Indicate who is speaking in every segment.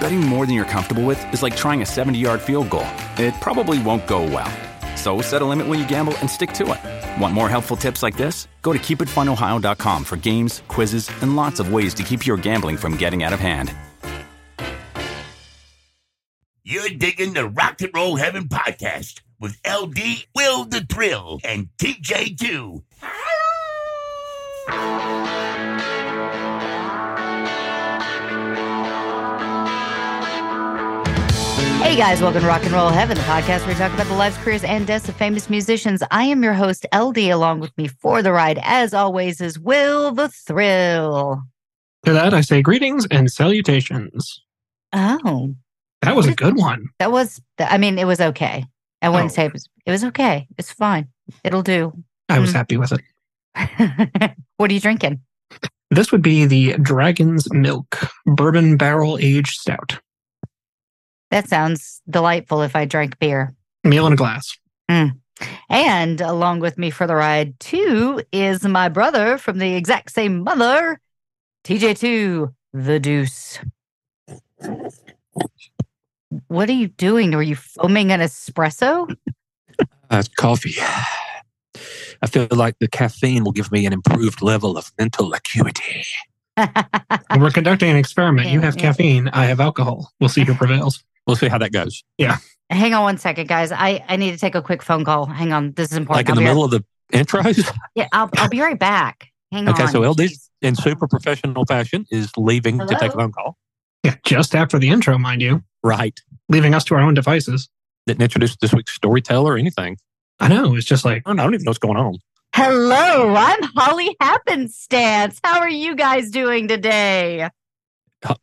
Speaker 1: Betting more than you're comfortable with is like trying a 70 yard field goal. It probably won't go well. So set a limit when you gamble and stick to it. Want more helpful tips like this? Go to keepitfunohio.com for games, quizzes, and lots of ways to keep your gambling from getting out of hand.
Speaker 2: You're digging the Rock and Roll Heaven podcast with LD, Will the Thrill, and TJ2.
Speaker 3: Hey guys, welcome to Rock and Roll Heaven, the podcast where we talk about the lives, careers, and deaths of famous musicians. I am your host, LD. Along with me for the ride, as always, is Will the Thrill.
Speaker 4: To that, I say greetings and salutations.
Speaker 3: Oh,
Speaker 4: That was a good one.
Speaker 3: that was, I mean, it was okay. I wouldn't
Speaker 4: Oh.
Speaker 3: say it was, it was okay. It's fine. It'll do.
Speaker 4: I was
Speaker 3: Mm.
Speaker 4: happy with it.
Speaker 3: what are you drinking?
Speaker 4: This would be the Dragon's Milk Bourbon Barrel Aged Stout.
Speaker 3: That sounds delightful if I drank beer.
Speaker 4: Meal in a glass.
Speaker 3: And along with me for the ride, too, is my brother from the exact same mother, TJ2, the deuce. What are you doing? Are you foaming an espresso?
Speaker 5: uh, coffee. I feel like the caffeine will give me an improved level of mental acuity.
Speaker 4: And We're conducting an experiment. You
Speaker 3: Yeah,
Speaker 4: have
Speaker 3: yeah.
Speaker 4: caffeine, I have alcohol. We'll see who prevails.
Speaker 5: We'll see how that goes.
Speaker 3: Hang on one second, guys. I, I need to take a quick phone call. Hang on. This is important.
Speaker 5: like in the
Speaker 3: I'll be
Speaker 5: middle of the intros,
Speaker 3: Right, yeah, I'll, I'll be right back. Hang
Speaker 5: Okay,
Speaker 3: on.
Speaker 5: so LD 's-
Speaker 3: Jeez.
Speaker 5: in super professional fashion, is leaving to take a
Speaker 3: Hello?
Speaker 5: phone call.
Speaker 4: Yeah, just after the intro, mind you,
Speaker 5: Right.
Speaker 4: leaving us to our own devices.
Speaker 5: Didn't introduce this week's storyteller or anything.
Speaker 4: I know. It's just like,
Speaker 5: I don't, I don't even know what's going on.
Speaker 3: Hello, I'm Holly Happenstance. How are you guys doing today?
Speaker 5: Uh,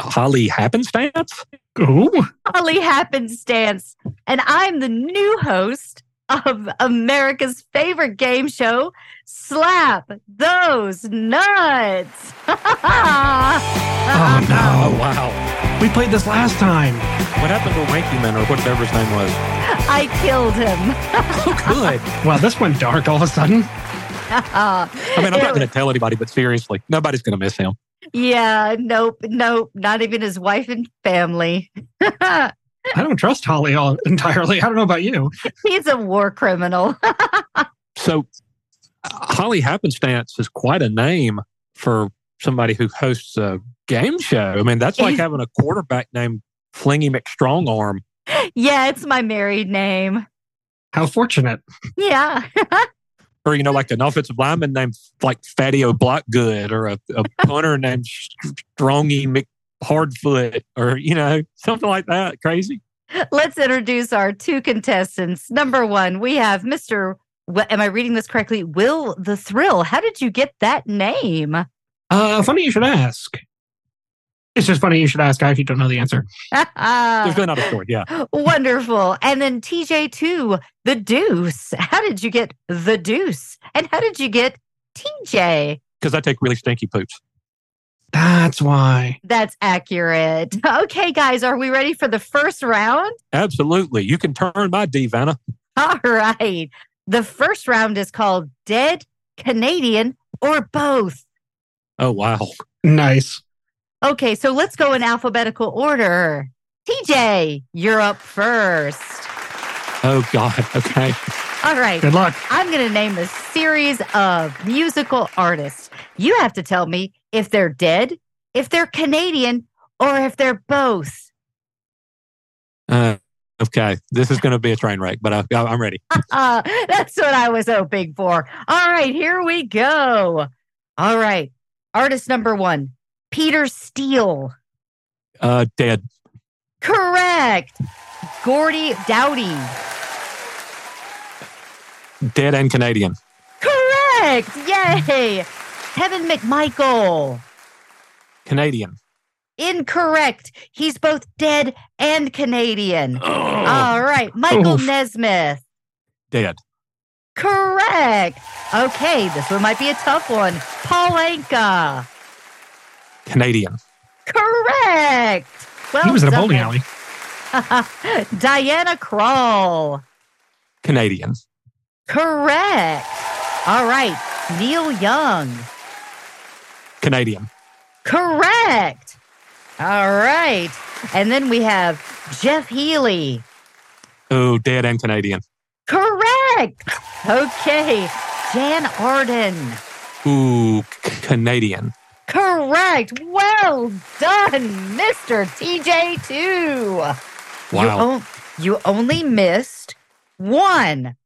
Speaker 5: Holly happenstance?
Speaker 4: ooh, oh,
Speaker 3: Holly Happenstance, and I'm the new host of America's favorite game show, Slap Those Nuts. Uh-huh.
Speaker 4: oh
Speaker 5: Oh,
Speaker 4: no.
Speaker 5: wow.
Speaker 4: We played this last time.
Speaker 5: What happened to Ranky Man or whatever his name was?
Speaker 3: I killed him.
Speaker 5: Oh, good.
Speaker 4: Wow, this went dark all of a sudden.
Speaker 5: I mean, I'm not going to tell anybody, but seriously, nobody's going to miss him.
Speaker 3: yeah, nope, nope, not even his wife and family.
Speaker 4: I don't trust Holly all entirely. I don't know about you.
Speaker 3: He's a war criminal.
Speaker 5: So, uh, Holly Happenstance is quite a name for somebody who hosts a game show. I mean, that's like having a quarterback named Flingy McStrongarm.
Speaker 3: yeah, it's my married name.
Speaker 4: How fortunate.
Speaker 3: Yeah.
Speaker 5: Or, you know, like an offensive lineman named like Fatty O'Blockgood or a, a punter named Strongy McHardfoot or, you know, something like that. Crazy.
Speaker 3: Let's introduce our two contestants. Number one, we have Mr. Wh- Am I reading this correctly? Will the Thrill. How did you get that name?
Speaker 4: Uh, funny you should ask. It's just funny you should ask if you don't know the answer.
Speaker 3: Uh.
Speaker 5: There's really not a story. Yeah.
Speaker 3: Wonderful. And then TJ2, the Deuce. How did you get the Deuce? And how did you get TJ?
Speaker 5: Because I take really stinky poops.
Speaker 4: That's why.
Speaker 3: That's accurate. Okay, guys, are we ready for the first round?
Speaker 5: Absolutely. You can turn my D, Vanna.
Speaker 3: All right. The first round is called Dead, Canadian, or Both.
Speaker 5: Oh, wow.
Speaker 4: Nice.
Speaker 3: Okay, so let's go in alphabetical order. TJ, you're up first.
Speaker 5: Oh, God. Okay.
Speaker 3: All right,
Speaker 4: Good luck.
Speaker 3: I'm going to name a series of musical artists. You have to tell me if they're dead, if they're Canadian, or if they're both.
Speaker 5: Uh, Okay, this is going to be a train wreck, but I, I, I'm ready.
Speaker 3: Uh, that's what I was hoping for. All right, here we go. All right. Artist number one, Peter Steele.
Speaker 5: Uh, dead.
Speaker 3: Correct. Gordy Dowdy.
Speaker 5: Dead and Canadian.
Speaker 3: Correct. Yay. Kevin McMichael.
Speaker 5: Canadian.
Speaker 3: Incorrect. He's both dead and Canadian.
Speaker 5: Oh,
Speaker 3: All right. Michael
Speaker 4: Oof.
Speaker 3: Nesmith.
Speaker 5: dead.
Speaker 3: Correct. Okay, this one might be a tough one. Paul Anka.
Speaker 5: Canadian.
Speaker 3: Correct. Well,
Speaker 4: he was in a
Speaker 3: done.
Speaker 4: bowling alley.
Speaker 3: Diana Krall.
Speaker 5: Canadian.
Speaker 3: Correct. All right. Neil Young.
Speaker 5: Canadian.
Speaker 3: Correct. All right. And then we have Jeff Healy.
Speaker 5: Oh, dead and Canadian.
Speaker 3: Correct. Okay. Jan Arden.
Speaker 5: Ooh, c- Canadian.
Speaker 3: Correct. Well done, Mr. TJ2.
Speaker 5: Wow.
Speaker 3: You, on- you only missed one.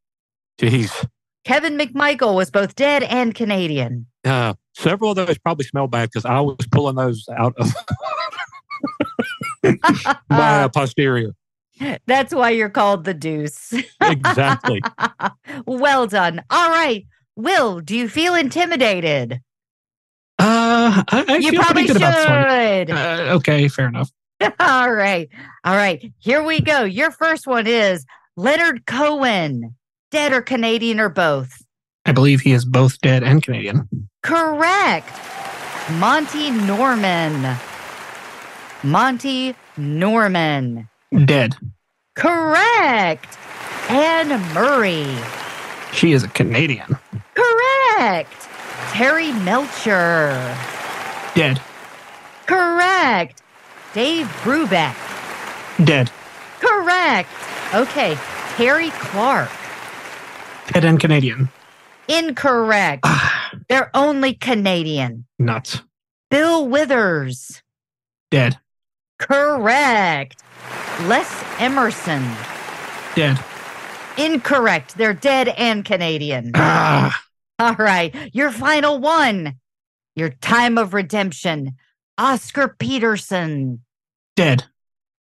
Speaker 5: Jeez.
Speaker 3: Kevin McMichael was both dead and Canadian.
Speaker 5: Uh, several of those probably smell bad because I was pulling those out of my uh, posterior.
Speaker 3: That's why you're called the deuce.
Speaker 5: Exactly.
Speaker 3: well done. All right. Will, do you feel intimidated?
Speaker 4: Uh, I, I
Speaker 3: you
Speaker 4: feel
Speaker 3: probably
Speaker 4: pretty good
Speaker 3: should.
Speaker 4: about this one. Uh, okay, fair enough.
Speaker 3: All right. All right. Here we go. Your first one is Leonard Cohen, dead or Canadian or both.
Speaker 4: I believe he is both dead and Canadian.
Speaker 3: Correct. Monty Norman. Monty Norman.
Speaker 4: Dead.
Speaker 3: Correct. Anne Murray.
Speaker 4: She is a Canadian.
Speaker 3: Correct. Terry Melcher.
Speaker 4: Dead.
Speaker 3: Correct. Dave Brubeck.
Speaker 4: Dead.
Speaker 3: Correct. Okay. Terry Clark.
Speaker 4: Dead and Canadian.
Speaker 3: Incorrect.
Speaker 4: Ah,
Speaker 3: They're only Canadian.
Speaker 4: nuts.
Speaker 3: Bill Withers.
Speaker 4: Dead.
Speaker 3: Correct. Les Emerson.
Speaker 4: Dead.
Speaker 3: Incorrect. They're dead and Canadian.
Speaker 4: Ah,
Speaker 3: All right. Your final one. Your time of redemption. Oscar Peterson.
Speaker 4: dead.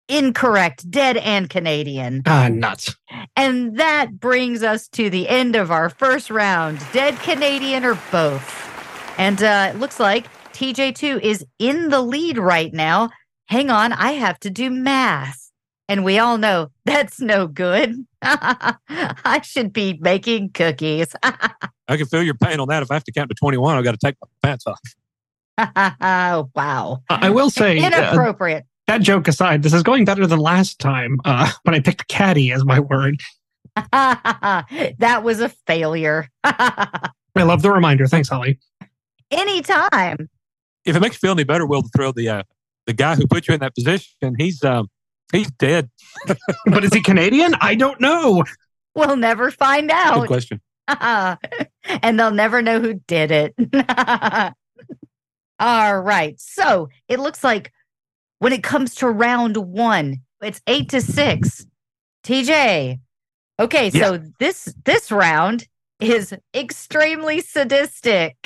Speaker 3: Incorrect. Dead and Canadian.
Speaker 4: Ah, nuts.
Speaker 3: And that brings us to the end of our first round dead Canadian or both. And uh, it looks like TJ2 is in the lead right now. Hang on, I have to do math. And we all know that's no good. I should be making cookies.
Speaker 5: I can feel your pain on that. If I have to count to 21, I've got to take my pants off.
Speaker 3: wow.
Speaker 4: I I will say, uh,
Speaker 3: Inappropriate.
Speaker 4: that joke aside, this is going better than last time uh, when I picked caddy as my word.
Speaker 3: that was a failure.
Speaker 4: I love the reminder. Thanks, Holly.
Speaker 3: Anytime.
Speaker 5: If it makes you feel any better, Will, the thrill, the, uh, the guy who put you in that position, he's, um, he's dead.
Speaker 4: But is he Canadian? I don't know.
Speaker 3: We'll never find out.
Speaker 5: Good question.
Speaker 3: and they'll never know who did it. All right. So it looks like when it comes to round one, it's eight to six. TJ. Okay,
Speaker 5: Yeah.
Speaker 3: so this this round is extremely sadistic.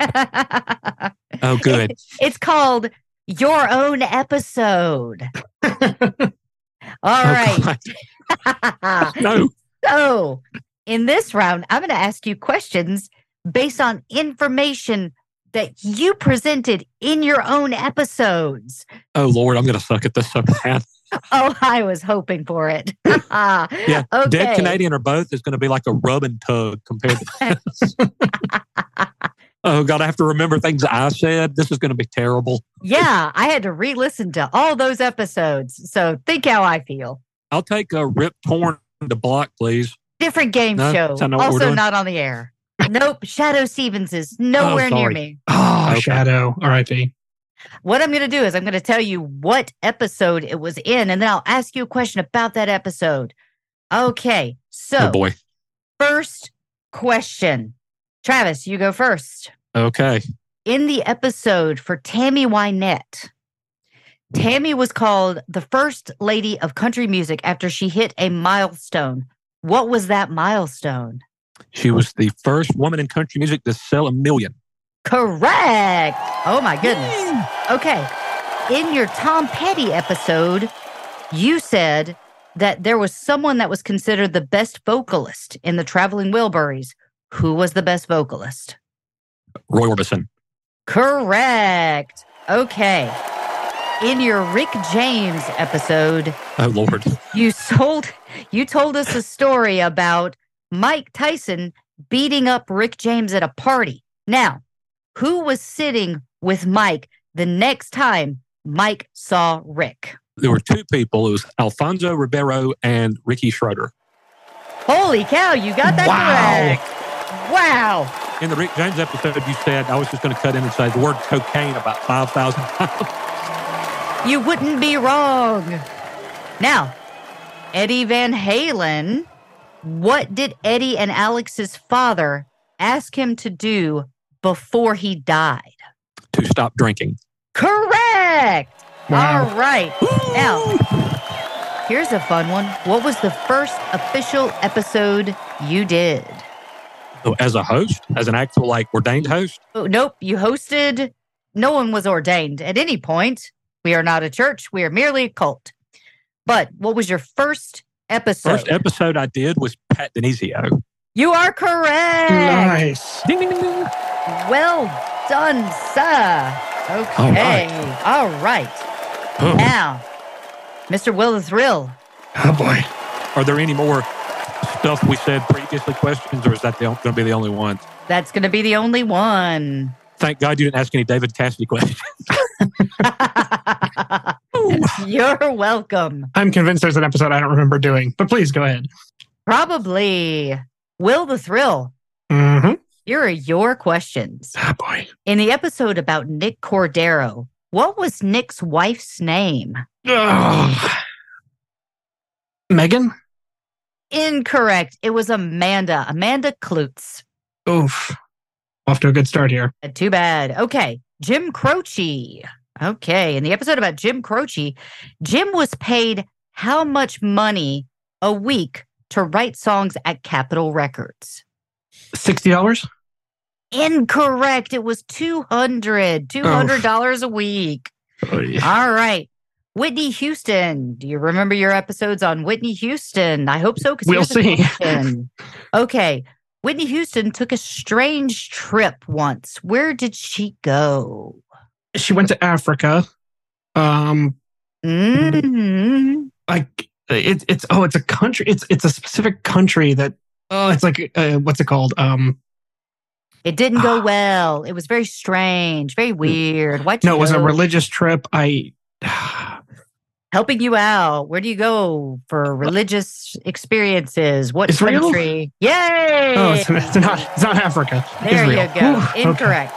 Speaker 5: Oh, good.
Speaker 3: it's called Your Own Episode. All
Speaker 5: oh,
Speaker 3: right.
Speaker 5: God. No.
Speaker 3: So, in this round, I'm going to ask you questions based on information that you presented in your own episodes.
Speaker 5: Oh, Lord, I'm going to suck at this so bad.
Speaker 3: Oh, I was hoping for it. yeah, okay.
Speaker 5: Dead Canadian or both is going to be like a rub and tug compared to this. oh, God, I have to remember things I said. This is going to be terrible.
Speaker 3: Yeah, I had to re listen to all those episodes. So, think how I feel.
Speaker 5: I'll take a rip torn to block, please.
Speaker 3: Different game
Speaker 5: No,
Speaker 3: show,
Speaker 5: it's not what we're
Speaker 3: also
Speaker 5: doing.
Speaker 3: not on the air. Nope, Shadow Stevens is nowhere near
Speaker 5: sorry.
Speaker 3: me.
Speaker 4: Oh,
Speaker 5: Okay.
Speaker 4: Shadow. R.I.P.
Speaker 3: What I'm going to do is I'm going to tell you what episode it was in, and then I'll ask you a question about that episode. Okay.
Speaker 5: Oh,
Speaker 3: So,
Speaker 5: boy.
Speaker 3: first question Travis, you go first.
Speaker 5: Okay.
Speaker 3: In the episode for Tammy Wynette, Tammy was called the first lady of country music after she hit a milestone. What was that milestone?
Speaker 5: She was the first woman in country music to sell a million.
Speaker 3: Correct. Oh my goodness. Okay. In your Tom Petty episode, you said that there was someone that was considered the best vocalist in the Traveling Wilburys. Who was the best vocalist?
Speaker 5: Roy Orbison.
Speaker 3: Correct. Okay. In your Rick James episode,
Speaker 5: Oh, Lord.
Speaker 3: you sold you told us a story about Mike Tyson beating up Rick James at a party. Now, who was sitting with Mike the next time Mike saw Rick?
Speaker 5: There were two people. It was Alfonso Ribeiro and Ricky Schroeder.
Speaker 3: Holy cow, you got that correct. Wow.
Speaker 5: In the Rick James episode, you said, I was just going to cut in and say the word cocaine about 5,000 times.
Speaker 3: You wouldn't be wrong. Now, Eddie Van Halen, what did Eddie and Alex's father ask him to do before he died?
Speaker 5: to stop drinking.
Speaker 3: Correct.
Speaker 4: Wow.
Speaker 3: All right. Now, here's a fun one. What was the first official episode you did?
Speaker 5: So as a host, as an actual like ordained host,
Speaker 3: Oh, nope, you hosted. No one was ordained at any point. We are not a church. We are merely a cult. But what was your first episode?
Speaker 5: first episode I did was Pat Denizio.
Speaker 3: you are correct.
Speaker 4: Nice.
Speaker 5: Ding, ding, ding, ding.
Speaker 3: Well done, sir.
Speaker 5: All
Speaker 3: Okay.
Speaker 5: right.
Speaker 3: All right.
Speaker 5: Oh.
Speaker 3: Now, Mr. Will the Thrill,
Speaker 4: Oh boy.
Speaker 5: Are there any more stuff we said previously questions, or is that going to be the only one?
Speaker 3: that's going to be the only one.
Speaker 5: Thank God you didn't ask any David Cassidy questions.
Speaker 3: You're welcome.
Speaker 4: I'm convinced there's an episode I don't remember doing, but please go ahead.
Speaker 3: Probably Will the Thrill.
Speaker 4: Mm-hmm.
Speaker 3: Here are your questions.
Speaker 4: Oh boy.
Speaker 3: In the episode about Nick Cordero, what was Nick's wife's name?
Speaker 4: Ugh. Megan?
Speaker 3: Incorrect. It was Amanda, Amanda Klutz.
Speaker 4: Oof. Off to a good start here.
Speaker 3: Uh, Too bad. Okay. Jim Croce. Okay. In the episode about Jim Croce, Jim was paid how much money a week to write songs at Capitol Records?
Speaker 4: $60?
Speaker 3: Incorrect. It was 200 $200 a week.
Speaker 4: Oh,
Speaker 3: All right. Whitney Houston. Do you remember your episodes on Whitney Houston? I hope so. 'cause
Speaker 4: We'll
Speaker 3: here's a
Speaker 4: see.
Speaker 3: question. okay. Whitney Houston took a strange trip once. Where did she go?
Speaker 4: She went to Africa. Um,
Speaker 3: Mm,
Speaker 4: like it's it's oh, it's a country. It's it's a specific country that oh, it's like uh, what's it called? Um,
Speaker 3: It didn't
Speaker 4: Ah.
Speaker 3: go well. It was very strange, very weird. Why?
Speaker 4: Mm. no, it was a religious trip. I
Speaker 3: helping you out. Where do you go for religious experiences? What
Speaker 4: Israel?
Speaker 3: country? Yay!
Speaker 4: oh, it's, it's not it's not Africa.
Speaker 3: there
Speaker 4: Israel.
Speaker 3: you go.
Speaker 4: Whew, okay.
Speaker 3: Incorrect.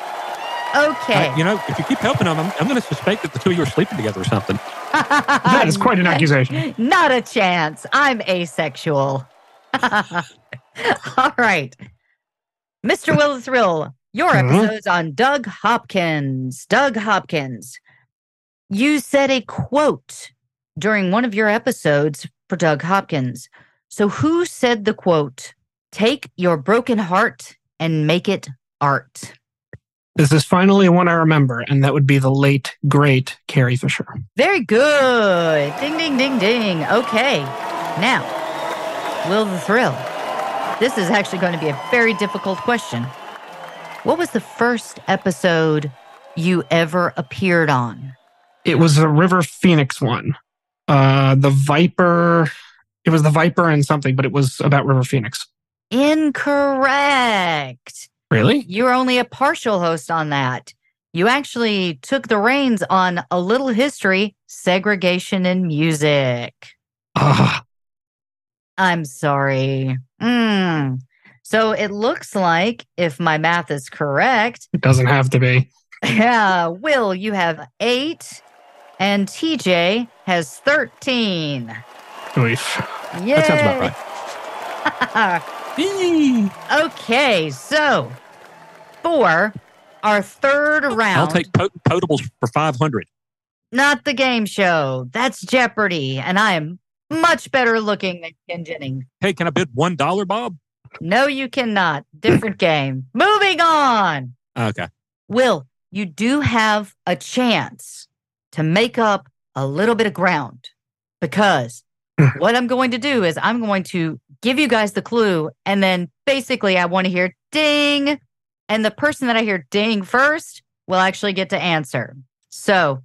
Speaker 3: Okay.
Speaker 5: I- you know, if you keep helping them, I'm, I'm going to suspect that the two of you are sleeping together or something.
Speaker 4: That is quite an
Speaker 3: Um,
Speaker 4: accusation.
Speaker 3: Not a chance. I'm asexual. All right. Mr. Will the Thrill, your
Speaker 4: Mhm.
Speaker 3: episode's on Doug Hopkins. Doug Hopkins, you said a quote during one of your episodes for Doug Hopkins. So, who said the quote, take your broken heart and make it art?
Speaker 4: This is finally one I remember, and that would be the late great Carrie Fisher.
Speaker 3: Very good. Ding, ding, ding, ding. Okay. Now, Will the Thrill. This is actually going to be a very difficult question. What was the first episode you ever appeared on?
Speaker 4: It was the River Phoenix one. Uh, the Viper. It was the Viper and something, but it was about River Phoenix.
Speaker 3: Incorrect.
Speaker 4: Really?
Speaker 3: You were only a partial host on that. You actually took the reins on A Little History Segregation in Music.
Speaker 4: Ah,
Speaker 3: I'm sorry. Mm. So it looks like, if my math is correct,
Speaker 4: it doesn't have to be.
Speaker 3: yeah, Will, you have eight, and TJ has 13.
Speaker 4: Oof.
Speaker 3: Yeah.
Speaker 5: That sounds about right.
Speaker 3: okay, so for our third round.
Speaker 5: I'll take pot- potables for 500.
Speaker 3: Not the game show. That's Jeopardy. And I am much better looking than Ken Jennings.
Speaker 5: Hey, can I bid one dollar, Bob?
Speaker 3: No, you cannot. Different game. Moving on.
Speaker 5: Okay.
Speaker 3: Will, you do have a chance to make up a little bit of ground because what I'm going to do is I'm going to give you guys the clue. And then basically, I want to hear ding. And the person that I hear ding first will actually get to answer. So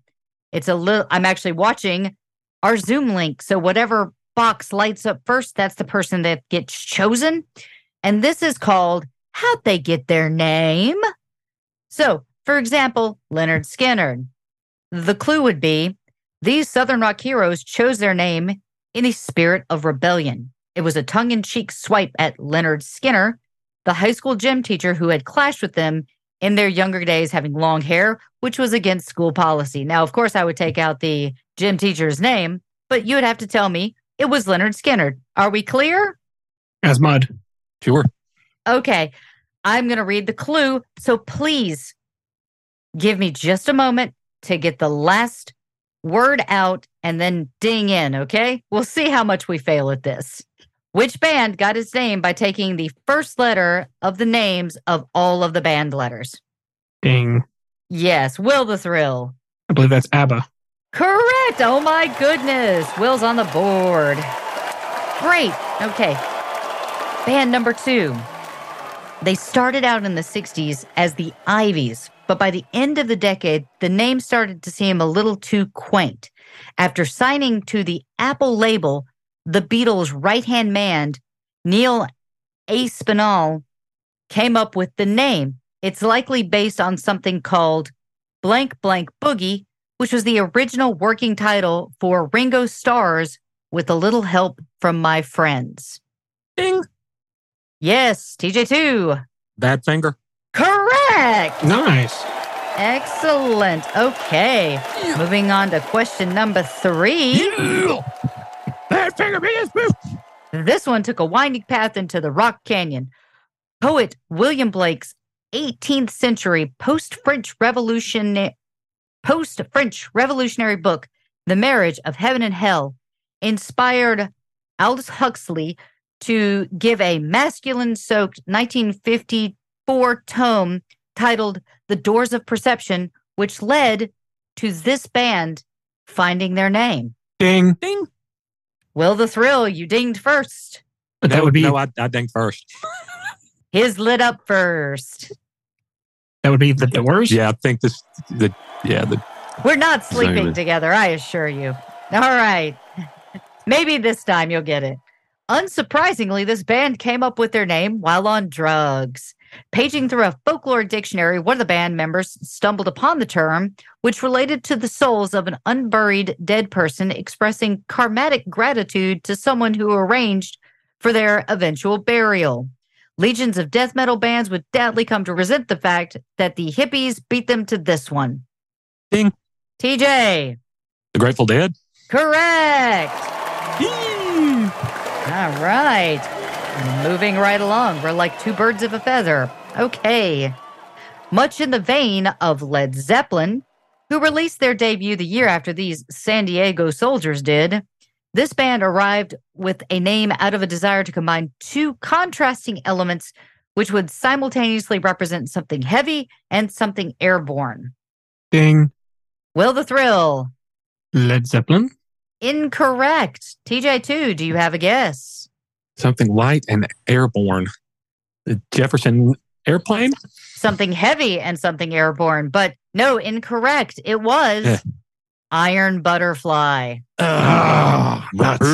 Speaker 3: it's a little, I'm actually watching our Zoom link. So whatever box lights up first, that's the person that gets chosen. And this is called How'd They Get Their Name? So, for example, Leonard Skinner. The clue would be these Southern Rock heroes chose their name in a spirit of rebellion. It was a tongue in cheek swipe at Leonard Skinner, the high school gym teacher who had clashed with them in their younger days having long hair, which was against school policy. Now, of course, I would take out the gym teacher's name, but you would have to tell me it was Leonard Skinner. Are we clear?
Speaker 4: as mud.
Speaker 5: Sure.
Speaker 3: Okay. I'm going to read the clue. So please give me just a moment to get the last word out and then ding in. Okay. We'll see how much we fail at this. Which band got its name by taking the first letter of the names of all of the band letters?
Speaker 4: Ding.
Speaker 3: Yes. Will the Thrill.
Speaker 4: I believe that's ABBA.
Speaker 3: Correct. Oh my goodness. Will's on the board. Great. Okay. Band number two. They started out in the 60s as the Ivies, but by the end of the decade, the name started to seem a little too quaint. After signing to the Apple label, the Beatles' right hand man, Neil Aspinall, came up with the name. It's likely based on something called Blank Blank Boogie, which was the original working title for Ringo Starr's with a little help from my friends.
Speaker 5: Ding.
Speaker 3: Yes, TJ2.
Speaker 5: Bad finger.
Speaker 3: Correct.
Speaker 4: Nice.
Speaker 3: Excellent. Okay. Moving on to question number three.
Speaker 5: Bad finger. Biggest move.
Speaker 3: This one took a winding path into the Rock Canyon. Poet William Blake's 18th century post-French revolution post-French revolutionary book The Marriage of Heaven and Hell inspired Aldous Huxley to give a masculine-soaked 1954 tome titled The Doors of Perception which led to this band finding their name.
Speaker 4: Ding.
Speaker 5: Ding.
Speaker 3: Will the thrill you dinged first.
Speaker 4: But that
Speaker 5: No,
Speaker 4: would be
Speaker 5: no. I, I think first.
Speaker 3: His lit up first.
Speaker 4: that would be the doors.
Speaker 5: Yeah, I think this. The yeah the
Speaker 3: We're not sleeping
Speaker 5: Zooming.
Speaker 3: together, I assure you. All right. Maybe this time you'll get it. Unsurprisingly, this band came up with their name while on drugs. Paging through a folklore dictionary, one of the band members stumbled upon the term, which related to the souls of an unburied dead person expressing karmatic gratitude to someone who arranged for their eventual burial. Legions of death metal bands would doubtly come to resent the fact that the hippies beat them to this one.
Speaker 5: Ding.
Speaker 3: TJ,
Speaker 5: the Grateful Dead.
Speaker 3: correct. All right. Moving right along. We're like two birds of a feather. Okay. Much in the vein of Led Zeppelin, who released their debut the year after these San Diego soldiers did, this band arrived with a name out of a desire to combine two contrasting elements, which would simultaneously represent something heavy and something airborne.
Speaker 4: Ding.
Speaker 3: Will the thrill?
Speaker 4: Led Zeppelin.
Speaker 3: Incorrect. TJ2, do you have a guess?
Speaker 5: Something light and airborne. The Jefferson airplane.
Speaker 3: something heavy and something airborne. But no, incorrect. It was
Speaker 5: Yeah.
Speaker 3: Iron Butterfly.
Speaker 5: Ah, nuts.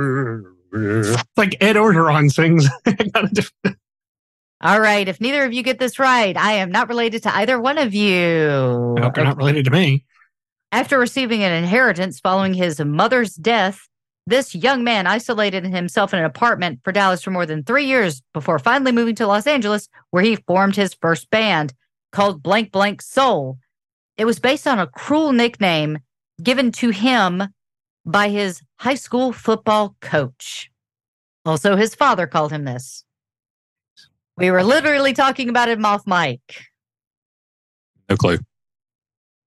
Speaker 4: It's like Ed Orgeron sings. I got a diff-
Speaker 3: All right. If neither of you get this right, I am not related to either one of you.
Speaker 4: I hope you're not related to me.
Speaker 3: After receiving an inheritance following his mother's death, this young man isolated himself in an apartment for Dallas for more than three years before finally moving to Los Angeles, where he formed his first band called Blank Blank Soul. It was based on a cruel nickname given to him by his high school football coach. Also, his father called him this. We were literally talking about him off mic.
Speaker 5: No clue.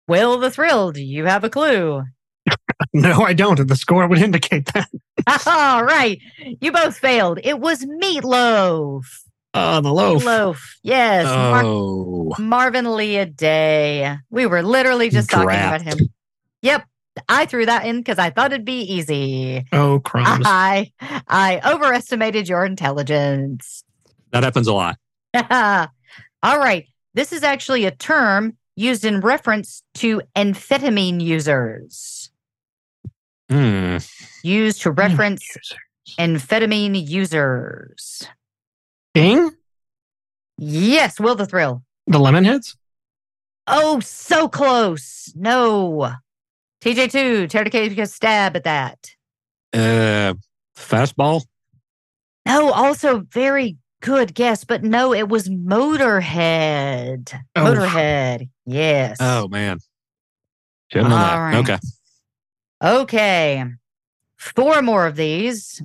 Speaker 3: Will the Thrill, do you have a clue?
Speaker 4: No, I don't. The score would indicate that.
Speaker 3: All right. You both failed. It was Meatloaf.
Speaker 4: Uh, the loaf.
Speaker 3: Meatloaf. Yes. Mar-
Speaker 5: Ah, Oh,
Speaker 3: Marvin Leah Day. We were literally just talking about
Speaker 5: Draft.
Speaker 3: him. Yep. I threw that in because I thought it'd be easy.
Speaker 4: Oh, crumbs.
Speaker 3: I I overestimated your intelligence.
Speaker 5: that happens a lot.
Speaker 3: All right. This is actually a term used in reference to amphetamine users,
Speaker 5: Hmm.
Speaker 3: used to reference amphetamine users.
Speaker 4: Ding?
Speaker 3: Yes, Will the Thrill.
Speaker 4: The lemon heads?
Speaker 3: Oh, so close. No. TJ2, tear to take a stab at that.
Speaker 5: Uh, fastball.
Speaker 3: No, also very good guess, but no, it was Motorhead.
Speaker 4: Oh.
Speaker 3: Motorhead. Yes.
Speaker 5: Oh man. Shouldn't know that.
Speaker 3: All right.
Speaker 5: Okay.
Speaker 3: Okay. Four more of these.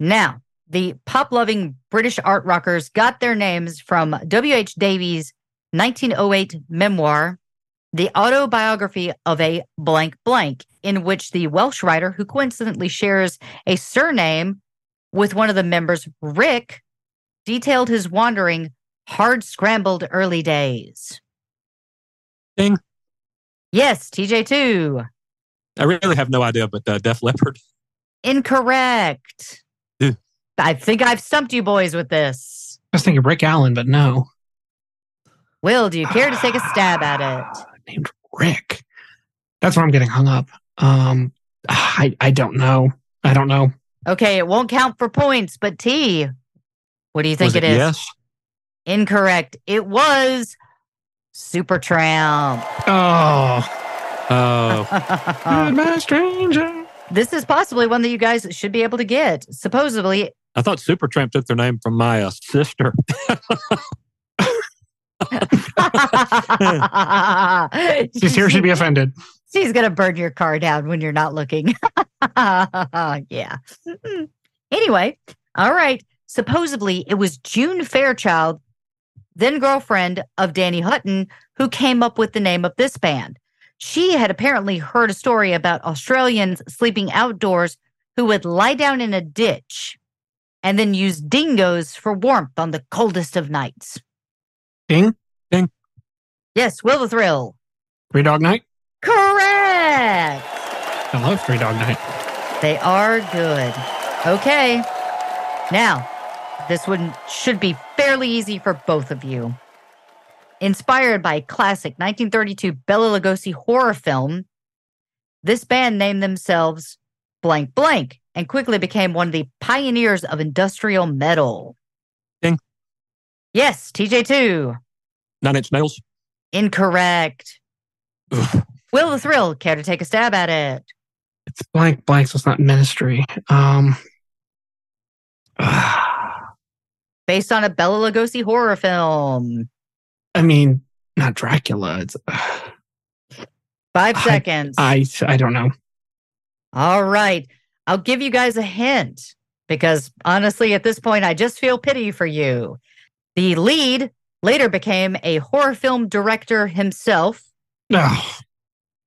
Speaker 3: Now, the pop loving British art rockers got their names from W.H. Davies' 1908 memoir, The Autobiography of a Blank Blank, in which the Welsh writer, who coincidentally shares a surname with one of the members, Rick, detailed his wandering, hard scrambled early days.
Speaker 5: Ding.
Speaker 3: Yes, TJ2.
Speaker 5: I really have no idea, but uh, Def Leppard.
Speaker 3: Incorrect.
Speaker 5: Yeah.
Speaker 3: I think I've stumped you boys with this.
Speaker 4: I was thinking Rick Allen, but no.
Speaker 3: Will, do you care to take a stab at it?
Speaker 4: Named Rick. That's where I'm getting hung up. Um, I, I don't know. I don't know.
Speaker 3: Okay, it won't count for points, but T, what do you think
Speaker 5: Was
Speaker 3: it is?
Speaker 5: Yes.
Speaker 3: Incorrect. It was Supertramp.
Speaker 4: Oh,
Speaker 5: Oh,
Speaker 4: goodbye, stranger.
Speaker 3: this is possibly one that you guys should be able to get. Supposedly,
Speaker 5: I thought Supertramp took their name from my uh, sister.
Speaker 4: She's here, she'd be offended.
Speaker 3: She's gonna burn your car down when you're not looking. yeah. Anyway, all right. Supposedly, it was June Fairchild, then girlfriend of Danny Hutton, who came up with the name of this band. She had apparently heard a story about Australians sleeping outdoors who would lie down in a ditch and then use dingoes for warmth on the coldest of nights.
Speaker 4: Ding.
Speaker 3: Yes, Will the Thrill.
Speaker 4: Three Dog Night?
Speaker 3: Correct.
Speaker 4: I love Three Dog Night.
Speaker 3: They are good. Okay. Now, this one should be fairly easy for both of you. Inspired by classic 1932 Bela Lugosi horror film, this band named themselves Blank Blank and quickly became one of the pioneers of industrial metal.
Speaker 5: Ding.
Speaker 3: Yes, TJ2.
Speaker 5: Nine Inch Nails.
Speaker 3: Incorrect.
Speaker 5: Ugh.
Speaker 3: Will the Thrill care to take a stab at it?
Speaker 4: It's blank, blank, so it's not ministry. Um, ah,
Speaker 3: Based on a Bela Lugosi horror film.
Speaker 4: I mean, not Dracula. It's, ah,
Speaker 3: Five
Speaker 4: I-
Speaker 3: seconds.
Speaker 4: I, I don't know.
Speaker 3: All right. I'll give you guys a hint because honestly, at this point, I just feel pity for you. The lead later became a horror film director himself.
Speaker 4: Oh,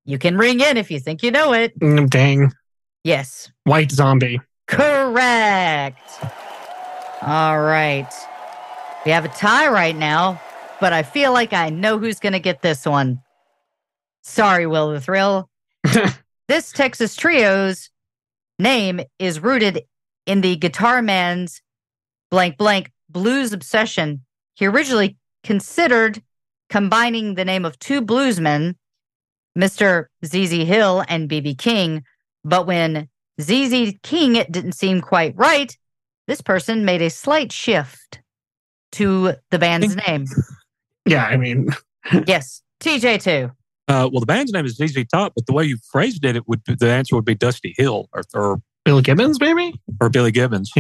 Speaker 3: You can ring in if you think you know it.
Speaker 4: mm, dang.
Speaker 3: Yes,
Speaker 4: White Zombie.
Speaker 3: correct. All right. We have a tie right now, but I feel like I know who's going to get this one. Sorry, Will the Thrill. This Texas trio's name is rooted in the guitar man's blank blank blues obsession. He originally considered combining the name of two bluesmen, Mr. ZZ Hill and BB King, but when ZZ King it didn't seem quite right, this person made a slight shift to the band's name.
Speaker 4: yeah, I mean,
Speaker 3: Yes, TJ2.
Speaker 5: Uh, well, the band's name is ZZ Top, but the way you phrased it, it would the answer would be Dusty Hill or or,
Speaker 4: Bill Gibbons, maybe?
Speaker 5: or Billy Gibbons.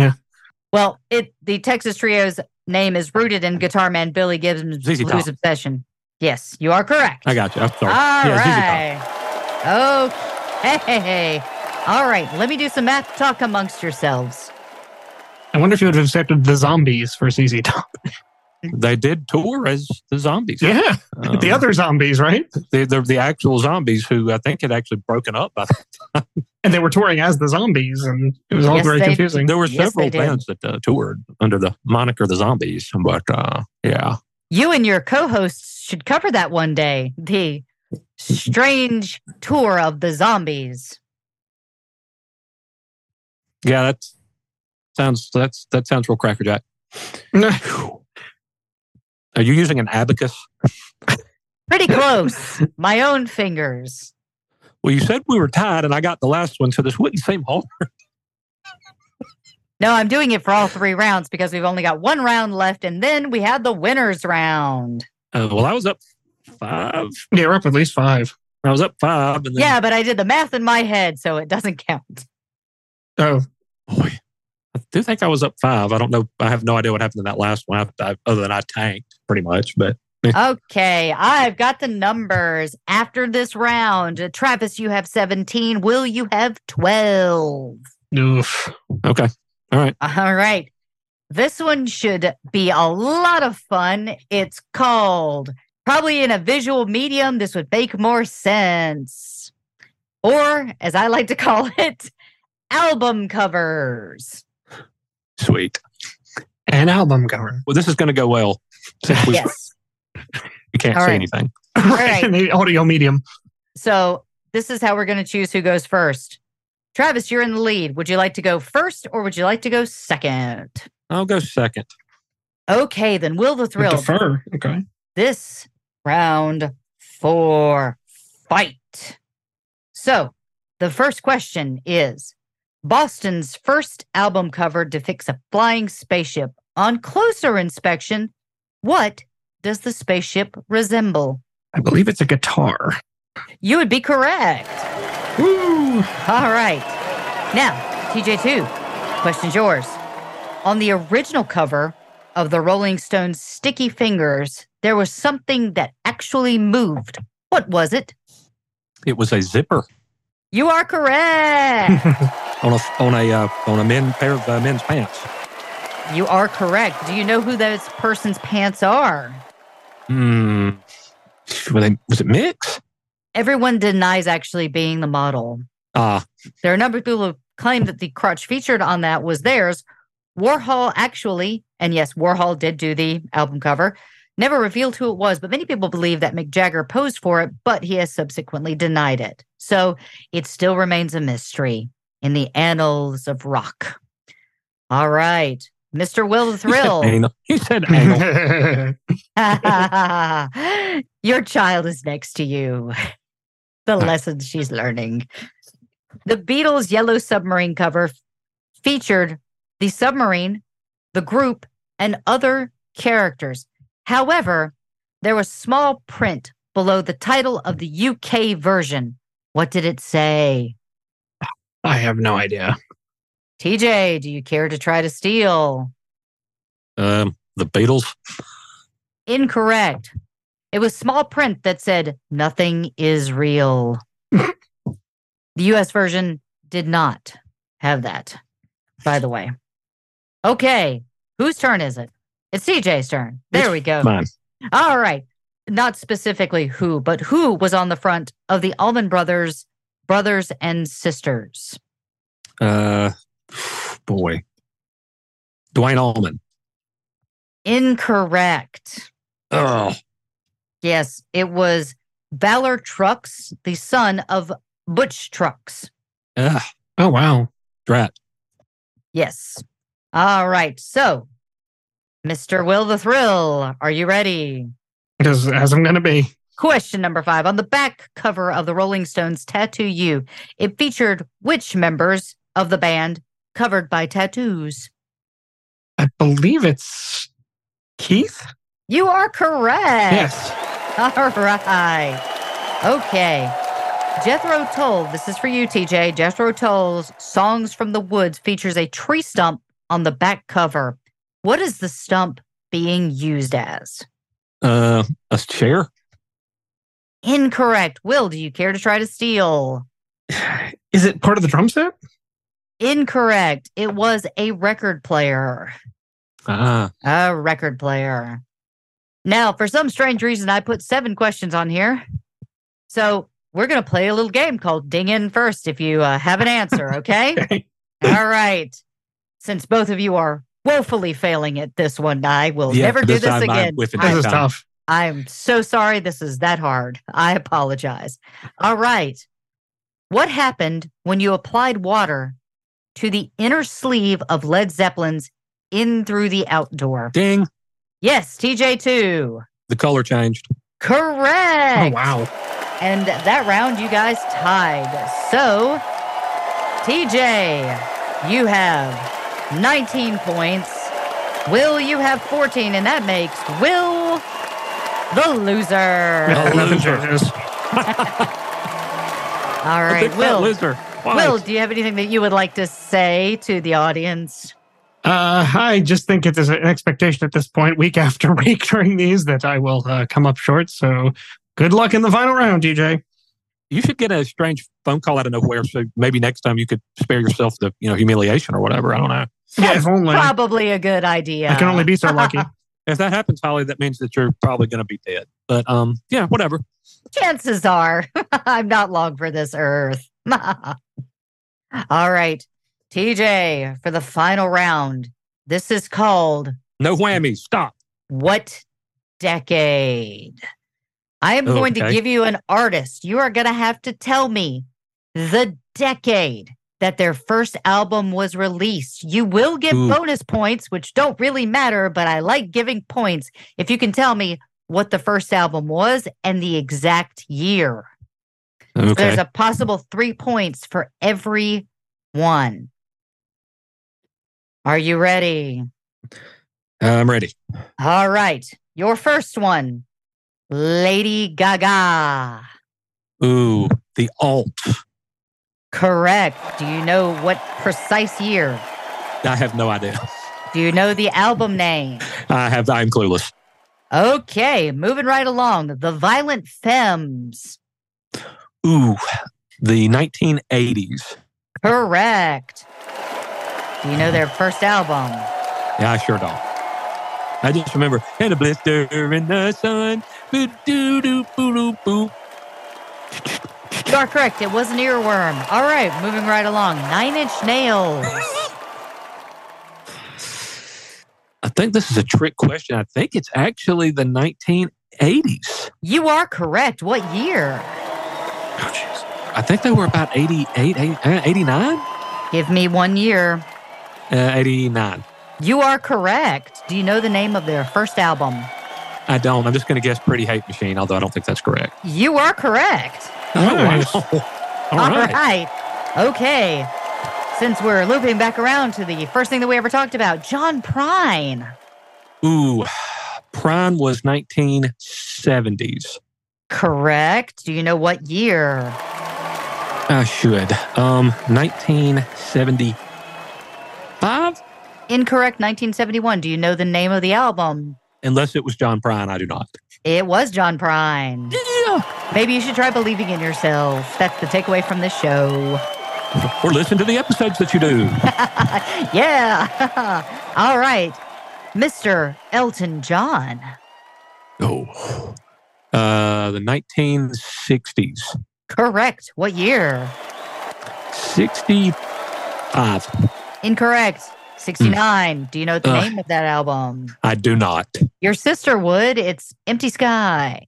Speaker 3: Well, it the Texas Trio's name is rooted in guitar man Billy Gibbons'
Speaker 5: ZZ
Speaker 3: blues
Speaker 5: Top.
Speaker 3: obsession. Yes, you are correct.
Speaker 5: I got you. I'm sorry.
Speaker 3: All
Speaker 5: ZZ Top.
Speaker 3: right. Okay. All right. Let me do some math talk amongst yourselves.
Speaker 4: I wonder if you would have accepted the zombies for ZZ Top.
Speaker 5: They did tour as the zombies.
Speaker 4: Yeah.
Speaker 5: Um,
Speaker 4: The other zombies, right?
Speaker 5: the, the the actual zombies who I think had actually broken up by that time.
Speaker 4: And they were touring as the zombies, and it was all
Speaker 3: Yes,
Speaker 4: very
Speaker 3: they-
Speaker 4: confusing.
Speaker 5: There were
Speaker 3: Yes,
Speaker 5: several
Speaker 3: they did.
Speaker 5: bands that uh, toured under the moniker the Zombies, but uh, yeah,
Speaker 3: You and your co-hosts should cover that one day. The strange tour of the zombies.
Speaker 5: yeah, that's sounds that's that sounds real crackerjack. Are you using an abacus?
Speaker 3: Pretty close. My own fingers.
Speaker 5: Well, you said we were tied, and I got the last one, so this wouldn't seem hard.
Speaker 3: No, I'm doing it for all three rounds because we've only got one round left, and then we had the winners round.
Speaker 5: Uh, well, I was up five.
Speaker 4: yeah, we're up at least five.
Speaker 5: I was up five, and then,
Speaker 3: Yeah, but I did the math in my head, so it doesn't count.
Speaker 4: Oh,
Speaker 5: boy, I do think I was up five. I don't know. I have no idea what happened in that last one. I, I, other than I tanked pretty much, but
Speaker 3: Okay, I've got the numbers after this round. Travis, you have 17. Will, you have 12.
Speaker 4: oof.
Speaker 5: okay.
Speaker 3: All right. This one should be a lot of fun. It's called probably in a visual medium, this would make more sense. Or, as I like to call it, album covers.
Speaker 5: Sweet.
Speaker 4: An album cover.
Speaker 5: Well, this is going to go well since we,
Speaker 3: Yes.
Speaker 5: we can't
Speaker 3: All
Speaker 5: say
Speaker 3: right.
Speaker 5: anything.
Speaker 4: right. In the audio medium.
Speaker 3: So, this is how we're going to choose who goes first. Travis, you're in the lead. Would you like to go first or would you like to go second?
Speaker 5: I'll go second.
Speaker 3: Okay, then Will the
Speaker 4: With
Speaker 3: Thrill.
Speaker 4: The fur. Okay.
Speaker 3: this round for fight. So, the first question is Boston's first album cover depicts a flying spaceship. On closer inspection, what does the spaceship resemble?
Speaker 4: I believe it's a guitar.
Speaker 3: You would be correct.
Speaker 4: Woo!
Speaker 3: All right. Now, TJ2, question's yours. On the original cover of the Rolling Stones' Sticky Fingers, there was something that actually moved. What was it?
Speaker 5: It was a zipper
Speaker 3: You are correct.
Speaker 5: on a on a uh, on a men pair of uh, men's pants.
Speaker 3: you are correct. Do you know who those person's pants are?
Speaker 5: Hmm. Were they, was it mix?
Speaker 3: Everyone denies actually being the model.
Speaker 5: Ah,
Speaker 3: There are a number of people who claim that the crotch featured on that was theirs. Warhol actually, and yes, Warhol did do the album cover, never revealed who it was, but many people believe that Mick Jagger posed for it, but he has subsequently denied it. So it still remains a mystery in the annals of rock. All right. Mr. Will the
Speaker 5: You said
Speaker 3: Thrill.
Speaker 5: anal. You said anal.
Speaker 4: That's
Speaker 3: Your child is next to you. The lessons she's learning. The Beatles' Yellow Submarine cover f- featured the submarine, the group, and other characters. However, there was small print below the title of the UK version. What did it say?
Speaker 4: I have no idea.
Speaker 3: TJ, do you care to try to steal?
Speaker 5: um, the Beatles.
Speaker 3: Incorrect. It was small print that said, nothing is real. the US version did not have that, by the way. Okay. Whose turn is it? It's CJ's turn. There
Speaker 5: It's
Speaker 3: we go.
Speaker 5: Mine.
Speaker 3: All right. Not specifically who, but who was on the front of the Allman Brothers, Brothers and Sisters?
Speaker 5: Uh, boy. Dwayne Allman.
Speaker 3: Incorrect.
Speaker 5: Oh,
Speaker 3: Yes, it was Valor Trucks, the son of Butch Trucks.
Speaker 5: ugh,
Speaker 4: Oh, wow.
Speaker 5: drat.
Speaker 3: Yes. All right. So, Mr. Will the Thrill, are you ready?
Speaker 4: Because as I'm going to be.
Speaker 3: Question number five. On the back cover of the Rolling Stones' Tattoo You, it featured which members of the band covered by tattoos?
Speaker 4: I believe it's Keith.
Speaker 3: You are correct.
Speaker 4: Yes.
Speaker 3: All right. Okay. Jethro Tull, this is for you, TJ. Jethro Tull's Songs from the Woods features a tree stump on the back cover. What is the stump being used as?
Speaker 5: Uh, a chair.
Speaker 3: Incorrect. Will, do you care to try to steal?
Speaker 4: Is it part of the drum set?
Speaker 3: Incorrect. It was a record player.
Speaker 5: Ah,
Speaker 3: A record player. Now, for some strange reason, I put seven questions on here. So we're going to play a little game called Ding In First if you uh, have an answer, okay?
Speaker 4: Okay.
Speaker 3: All right. Since both of you are woefully failing at this one, I will
Speaker 5: Yeah,
Speaker 3: never do
Speaker 5: this
Speaker 3: this
Speaker 5: time I'm
Speaker 3: again.
Speaker 5: with it.
Speaker 3: I-
Speaker 4: This is
Speaker 5: Time.
Speaker 4: tough.
Speaker 3: I'm so sorry this is that hard. I apologize. All right. What happened when you applied water to the inner sleeve of Led Zeppelin's In Through the Outdoor?
Speaker 5: Ding.
Speaker 3: Yes, TJ2.
Speaker 5: The color changed.
Speaker 3: Correct.
Speaker 4: Oh wow.
Speaker 3: And that round, you guys tied. So, TJ, you have 19 points. Will, you have 14, and that makes Will the loser.
Speaker 5: Oh, loser.
Speaker 3: All
Speaker 5: A big
Speaker 3: right,
Speaker 5: fat
Speaker 3: Will.
Speaker 5: Loser. Why?
Speaker 3: Will, do you have anything that you would like to say to the audience?
Speaker 4: Uh, I just think it is an expectation at this point, week after week during these, that I will uh, come up short. So good luck in the final round, DJ.
Speaker 5: you should get a strange phone call out of nowhere. So maybe next time you could spare yourself the you know humiliation or whatever. I don't know.
Speaker 4: Yeah, if only.
Speaker 3: Probably a good idea.
Speaker 4: I can only be so lucky.
Speaker 5: If that happens, Holly, that means that you're probably going to be dead. But um, yeah, whatever.
Speaker 3: chances are I'm not long for this earth. All right, TJ, for the final round, this is called
Speaker 5: No whammies. Stop.
Speaker 3: What Decade? I am going to
Speaker 5: Okay.
Speaker 3: give you an artist. You are going to have to tell me the decade that their first album was released. You will get
Speaker 5: Ooh.
Speaker 3: bonus points, which don't really matter, but I like giving points if you can tell me what the first album was and the exact year.
Speaker 5: Okay.
Speaker 3: There's a possible three points for every one. Are you ready?
Speaker 5: I'm ready.
Speaker 3: All right. Your first one Lady Gaga.
Speaker 5: Ooh, the alt.
Speaker 3: Correct. Do you know what precise year?
Speaker 5: I have no idea.
Speaker 3: Do you know the album name?
Speaker 5: I have. I'm clueless.
Speaker 3: Okay. Moving right along. The Violent Femmes.
Speaker 5: Ooh, the 1980s.
Speaker 3: Correct. Do you know their first album?
Speaker 5: Yeah, I sure don't. I just remember and a blister in the sun. Boo doo doo boo doo boo.
Speaker 3: You are correct. It was an earworm. All right. Moving right along. Nine Inch Nails.
Speaker 5: I think this is a trick question. I think it's actually the 1980s.
Speaker 3: You are correct. What year?
Speaker 5: Oh, jeez. I think they were about eh, 88, 89?
Speaker 3: Give me one year.
Speaker 5: Uh, 89.
Speaker 3: You are correct. Do you know the name of their first album?
Speaker 5: I don't. I'm just going to guess Pretty Hate Machine, although I don't think that's correct.
Speaker 3: You are correct.
Speaker 4: Nice.
Speaker 5: Oh, wow. All right.
Speaker 3: right. Okay. Since we're looping back around to the first thing that we ever talked about, John Prine.
Speaker 5: Ooh, Prime was 1970s.
Speaker 3: Correct. Do you know what year?
Speaker 5: I should. Um, 1975?
Speaker 3: Incorrect. 1971. Do you know the name of the album?
Speaker 5: Unless it was John Prine, I do not.
Speaker 3: It was John Prine.
Speaker 5: Yeah.
Speaker 3: Maybe you should try believing in yourself. That's the takeaway from this show.
Speaker 5: Or listen to the episodes that you do.
Speaker 3: yeah. All right. Mr. Elton John.
Speaker 5: Oh. Uh, the 1960s.
Speaker 3: Correct. What year?
Speaker 5: 65.
Speaker 3: Incorrect. 69. Do you know the
Speaker 5: Ugh.
Speaker 3: name of that album?
Speaker 5: I do not.
Speaker 3: Your sister would. It's Empty Sky.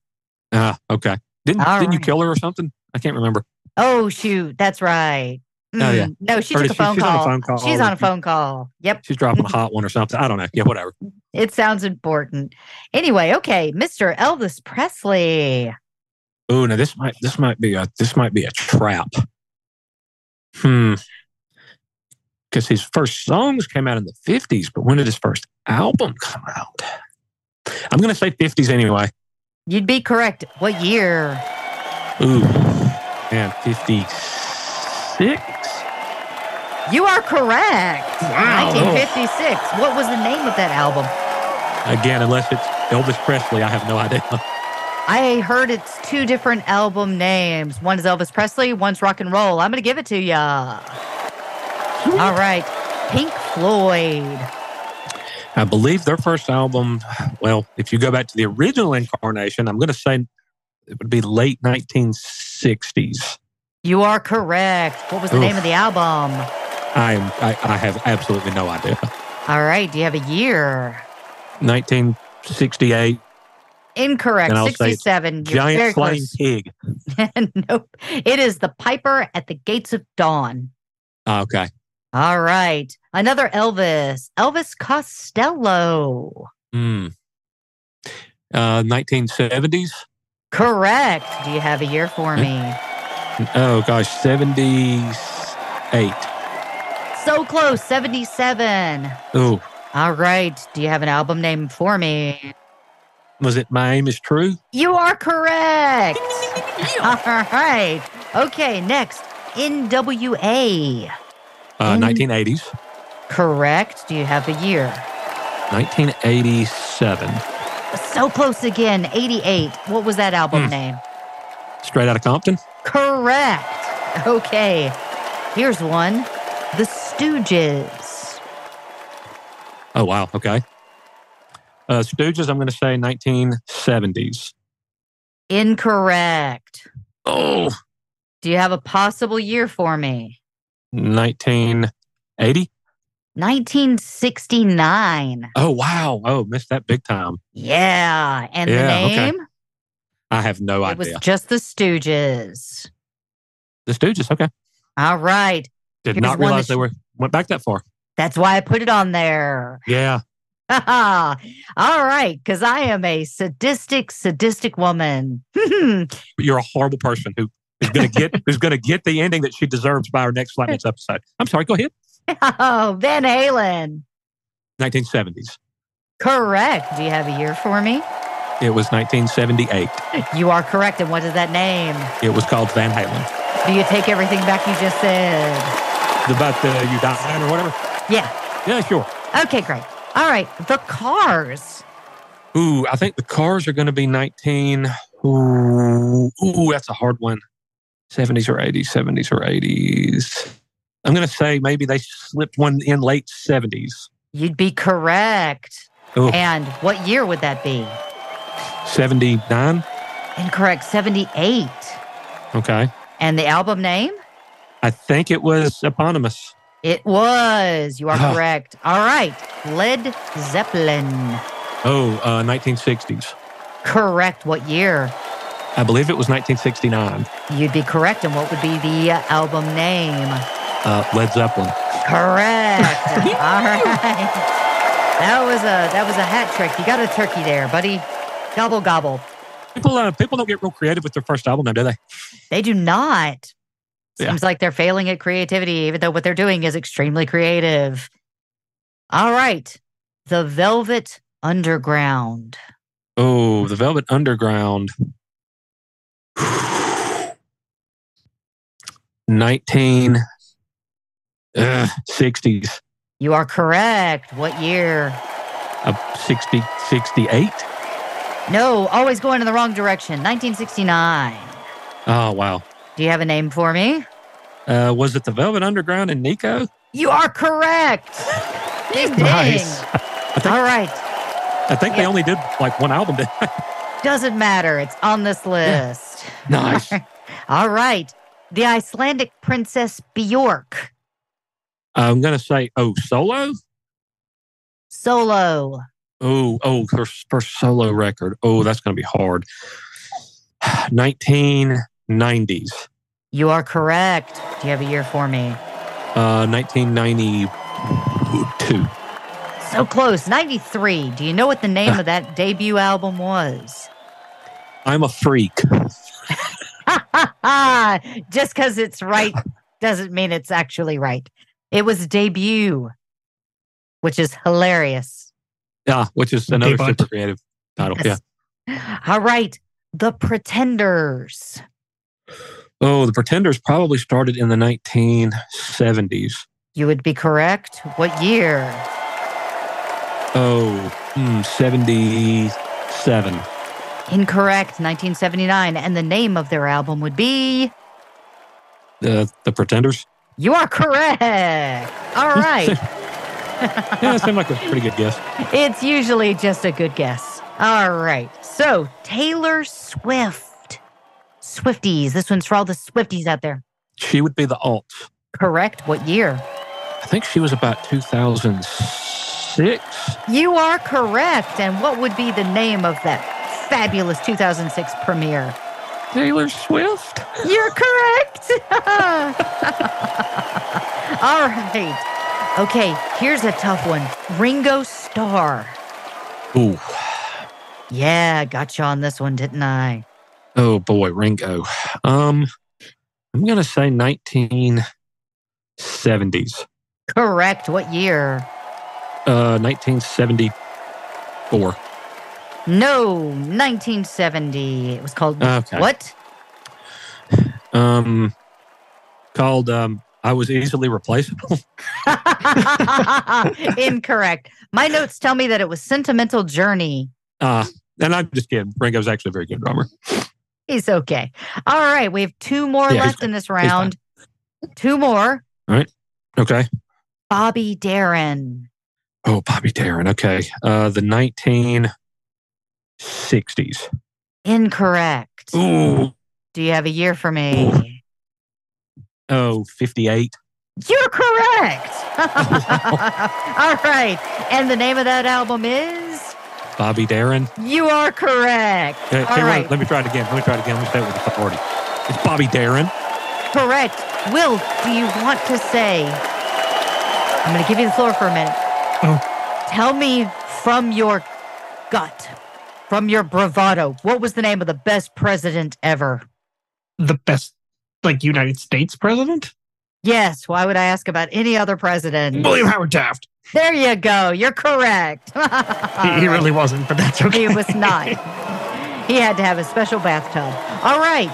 Speaker 5: Ah, okay. Didn't
Speaker 3: All
Speaker 5: didn't you
Speaker 3: right.
Speaker 5: kill her or something? I can't remember.
Speaker 3: Oh, shoot. That's right.
Speaker 5: Oh, yeah.
Speaker 3: Mm, No, she
Speaker 5: Or
Speaker 3: took a
Speaker 5: did
Speaker 3: phone,
Speaker 5: she- she's on a
Speaker 3: call.
Speaker 5: phone call. Oh,
Speaker 3: She's on a phone call. Yep.
Speaker 5: She's dropping a hot one or something. I don't know. Yeah, whatever.
Speaker 3: It sounds important. Anyway, okay. Mr. Elvis Presley.
Speaker 5: Oh no, this might this might be a this might be a trap. Hmm. Because his first songs came out in the fifties, but when did his first album come out? I'm gonna say fifties anyway.
Speaker 3: You'd be correct. What year?
Speaker 5: Ooh, man, fifty-six.
Speaker 3: You are correct.
Speaker 4: Wow.
Speaker 3: 1956. What was the name of that album?
Speaker 5: Again, unless it's Elvis Presley, I have no idea.
Speaker 3: I heard it's two different album names. One is Elvis Presley, one's rock and roll. I'm going to give it to ya. All right. Pink Floyd.
Speaker 5: I believe their first album, well, if you go back to the original incarnation, I'm going to say it would be late 1960s.
Speaker 3: You are correct. What was the
Speaker 5: Oof.
Speaker 3: name of the album?
Speaker 5: I, am, I, I have absolutely no idea.
Speaker 3: All right. Do you have a year?
Speaker 5: 1968,
Speaker 3: Incorrect.
Speaker 5: And I'll say it's
Speaker 3: 67. You're very
Speaker 5: Giant Flying
Speaker 3: close.
Speaker 5: Pig.
Speaker 3: nope. It is The Piper at the Gates of Dawn.
Speaker 5: Ah, okay.
Speaker 3: All right. Another Elvis, Elvis Costello.
Speaker 5: Hmm. Uh, 1970s.
Speaker 3: Correct. Do you have a year for me?
Speaker 5: Oh, gosh, 78.
Speaker 3: So close, 77.
Speaker 5: Oh,
Speaker 3: All right. Do you have an album name for me?
Speaker 5: was it My Aim is True?
Speaker 3: You are correct. All right. Okay. Next, NWA.
Speaker 5: Uh,
Speaker 3: Mm.
Speaker 5: 1980s.
Speaker 3: Correct. Do you have a year?
Speaker 5: 1987.
Speaker 3: So close again, 88. What was that album
Speaker 5: Hmm.
Speaker 3: name?
Speaker 5: Straight out of Compton.
Speaker 3: Correct. Okay. Here's one The Stooges.
Speaker 5: Oh, wow. Okay. Uh, Stooges, I'm going to say 1970s.
Speaker 3: Incorrect.
Speaker 5: Oh,
Speaker 3: Do you have a possible year for me?
Speaker 5: 1980.
Speaker 3: 1969.
Speaker 5: Oh, wow. Oh, missed that big time.
Speaker 3: Yeah. And the
Speaker 5: Yeah, okay.
Speaker 3: name?
Speaker 5: I have no
Speaker 3: It was
Speaker 5: idea.
Speaker 3: just The Stooges.
Speaker 5: The Stooges. Okay.
Speaker 3: All right.
Speaker 5: Did
Speaker 3: Here's
Speaker 5: not
Speaker 3: one
Speaker 5: realize
Speaker 3: that
Speaker 5: they were went back that far.
Speaker 3: That's why I put it on there.
Speaker 5: Yeah.
Speaker 3: All right. Because I am a sadistic, sadistic woman.
Speaker 5: You're a horrible person who is going to get who's going to get the ending that she deserves by our next Lightning's episode. I'm sorry. Go ahead.
Speaker 3: oh, Van Halen.
Speaker 5: 1970s.
Speaker 3: Correct. Do you have a year for me?
Speaker 5: It was 1978.
Speaker 3: You are correct. And what is that name?
Speaker 5: It was called Van Halen.
Speaker 3: Do you take everything back you just said?
Speaker 5: About the uh, you die or whatever.
Speaker 3: Yeah.
Speaker 5: Yeah, sure.
Speaker 3: Okay, great. All right. The Cars.
Speaker 5: Ooh, I think the cars are going to be 19. Ooh, ooh, that's a hard one. 70s or 80s, 70s or 80s. I'm going to say maybe they slipped one in late Oh, 70s.
Speaker 3: You'd be correct.
Speaker 5: Ooh,
Speaker 3: And what year would that be?
Speaker 5: 79.
Speaker 3: Incorrect. 78.
Speaker 5: Okay.
Speaker 3: And the album name?
Speaker 5: I think it was eponymous.
Speaker 3: It was. You
Speaker 5: Ah.
Speaker 3: are correct. All right. Led Zeppelin.
Speaker 5: Oh, uh, 1960s.
Speaker 3: Correct. What year?
Speaker 5: I believe it was 1969.
Speaker 3: You'd be correct. And what would be the uh, album name?
Speaker 5: Uh, Led Zeppelin.
Speaker 3: Correct. All right. That was a that was a hat trick. You got a turkey there, buddy. Gobble gobble.
Speaker 5: People, uh, people don't get real creative with their first album, now, do they?
Speaker 3: They do not.
Speaker 5: Yeah.
Speaker 3: Seems like they're failing at creativity, even though what they're doing is extremely creative. All right. The Velvet Underground.
Speaker 5: Oh, the Velvet Underground. 19 uh, 60s.
Speaker 3: You are correct. What year?
Speaker 5: Uh, 60, 68.
Speaker 3: No, always going in the wrong direction. 1969.
Speaker 5: Oh, wow.
Speaker 3: Do you have a name for me?
Speaker 5: Uh, was it the Velvet Underground and Nico?
Speaker 3: You are correct. Ding ding.
Speaker 5: Nice. think-
Speaker 3: All right.
Speaker 5: I think they
Speaker 3: Yeah.
Speaker 5: only did like one album. didn't they?
Speaker 3: Doesn't matter. It's on this
Speaker 5: Yeah.
Speaker 3: list.
Speaker 5: nice.
Speaker 3: All right. The Icelandic princess Bjork.
Speaker 5: I'm going to say, oh, solo?
Speaker 3: Solo.
Speaker 5: Oh, oh, her first solo record. Oh, that's going to be hard. 1990s.
Speaker 3: You are correct. Do you have a year for me?
Speaker 5: Uh, 1992.
Speaker 3: So close. 93. Do you know what the name of that debut album was?
Speaker 5: I'm a freak.
Speaker 3: Just because it's right doesn't mean it's actually right. It was debut, which is hilarious.
Speaker 5: Yeah, which is another
Speaker 4: Debunked.
Speaker 5: super creative title. Yeah.
Speaker 3: Yes. All right. The Pretenders.
Speaker 5: Oh, the Pretenders probably started in the 1970s.
Speaker 3: You would be correct. What year?
Speaker 5: Oh, hmm, 77.
Speaker 3: Incorrect, 1979. And the name of their album would be
Speaker 5: The the Pretenders.
Speaker 3: You Are Correct. All right.
Speaker 5: Yeah, that seemed like a pretty good guess.
Speaker 3: It's usually just a good guess. All right. So, Taylor Swift. Swifties. This one's for all the Swifties out there.
Speaker 5: She would be the alt.
Speaker 3: Correct. What year?
Speaker 5: I think she was about 2006.
Speaker 3: You are correct. And what would be the name of that fabulous 2006 premiere?
Speaker 5: Taylor Swift?
Speaker 3: You're correct. All right. Okay, here's a tough one. Ringo Starr.
Speaker 5: Ooh.
Speaker 3: Yeah, got you on this one, didn't I?
Speaker 5: Oh boy, Ringo. Um, I'm gonna say 1970s.
Speaker 3: Correct. What year?
Speaker 5: Uh, 1974.
Speaker 3: No, 1970. It was called
Speaker 5: Okay.
Speaker 3: what?
Speaker 5: Um, called um, I was easily replaceable.
Speaker 3: Incorrect. My notes tell me that it was Sentimental Journey.
Speaker 5: Uh, and I'm just kidding. Ringo's actually a very good drummer.
Speaker 3: He's okay. All right, we have two more
Speaker 5: Yeah, he's
Speaker 3: left in this round. Two more.
Speaker 5: Okay.
Speaker 3: Bobby Darin.
Speaker 5: Oh, Bobby Darin. Okay. Uh, the 1960s.
Speaker 3: Incorrect.
Speaker 5: Ooh.
Speaker 3: Do you have a year for me?
Speaker 5: Oh, 58.
Speaker 3: You're correct. All right. And the name of that album is
Speaker 5: Bobby Darin.
Speaker 3: You Are Correct.
Speaker 5: Okay,
Speaker 3: All
Speaker 5: tell you what,
Speaker 3: right.
Speaker 5: Let me try it again. Let me try it again. Let me say it with authority. It's Bobby Darin.
Speaker 3: Correct. Will, do you want to say? I'm going to give you the floor for a minute.
Speaker 4: Oh.
Speaker 3: Tell me from your gut, from your bravado, what was the name of the best president ever?
Speaker 4: The best, like United States president,
Speaker 3: Yes. Why would I ask about any other president?
Speaker 4: William Howard Taft.
Speaker 3: There you go. You're correct.
Speaker 4: He, he really wasn't, but that's okay.
Speaker 3: He Uh, was not. he had to have a special bathtub. All right.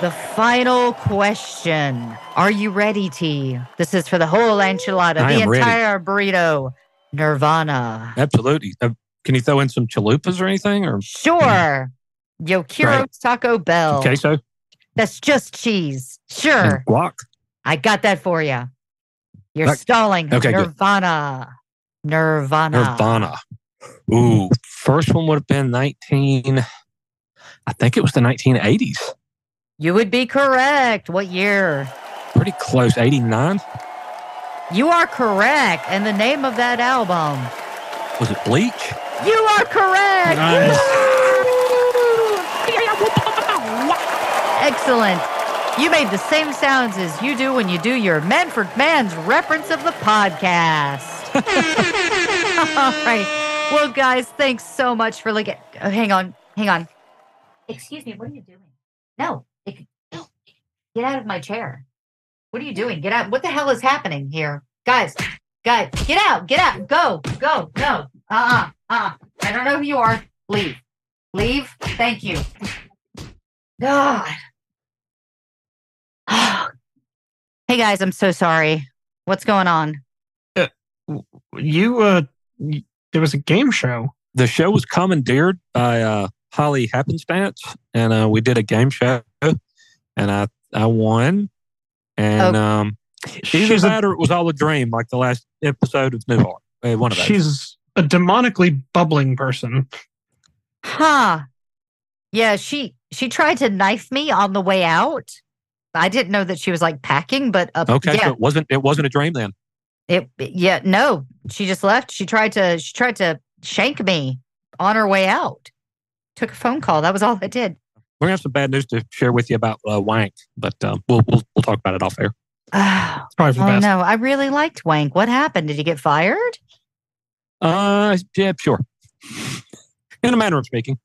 Speaker 3: The final question. Are you ready, T? This is for the whole enchilada,
Speaker 5: I
Speaker 3: the
Speaker 5: am ready.
Speaker 3: entire burrito. Nirvana.
Speaker 5: Absolutely. Uh, can you throw in some chalupas or anything? Or
Speaker 3: Sure. Yokiro's
Speaker 5: Right.
Speaker 3: Taco Bell.
Speaker 5: queso
Speaker 3: That's just cheese.
Speaker 5: and
Speaker 3: Oh, Sure.
Speaker 5: guac?
Speaker 3: I got that for you. You're
Speaker 5: That-
Speaker 3: stalling.
Speaker 5: okay, good.
Speaker 3: Nirvana. Nirvana.
Speaker 5: Nirvana. Ooh, first one would have been 19. I think it was the 1980s.
Speaker 3: You would be correct. What year?
Speaker 5: Pretty close, 89.
Speaker 3: You are correct. And the name of that album.
Speaker 5: Was it Bleach?
Speaker 3: You are correct.
Speaker 4: Nice.
Speaker 3: Woo! Excellent. You made the same sounds as you do when you do your Manford Man's reference of the podcast. All right. Well, guys, thanks so much for looking. Oh, hang on. Hang on. Excuse me. What are you doing? No. it- no. Get out of my chair. What are you doing? Get out. What the hell is happening here? Guys, guys, get out. Get out. Go, go, no. Uh uh-uh, uh. I don't know who you are. Leave. Leave. Thank you. God. hey guys, I'm so sorry. What's going on?
Speaker 4: You, uh, y- there was a game show.
Speaker 5: The show was commandeered by uh, Holly Happenstance, and uh, we did a game show, and I, I won. And
Speaker 3: Oh.
Speaker 5: um, either
Speaker 4: She's a,
Speaker 5: that or it was all a dream, like the last episode of New Heart. Uh, one of those.
Speaker 4: she's a demonically bubbling person.
Speaker 3: Huh. Yeah, she she tried to knife me on the way out. I didn't know that she was like packing, but uh,
Speaker 5: Okay,
Speaker 3: yeah,
Speaker 5: so it wasn't it wasn't a dream then.
Speaker 3: it yeah, no. She just left. She tried to she tried to shank me on her way out. Took a phone call. That was all I did.
Speaker 5: We're gonna have some bad news to share with you about uh, Wank, but um, we'll, we'll we'll talk about it off air.
Speaker 3: Oh,
Speaker 4: It's probably for the
Speaker 3: oh
Speaker 4: best.
Speaker 3: no, I really liked Wank. What happened? Did he get fired?
Speaker 5: Uh, yeah, sure. In a manner of speaking,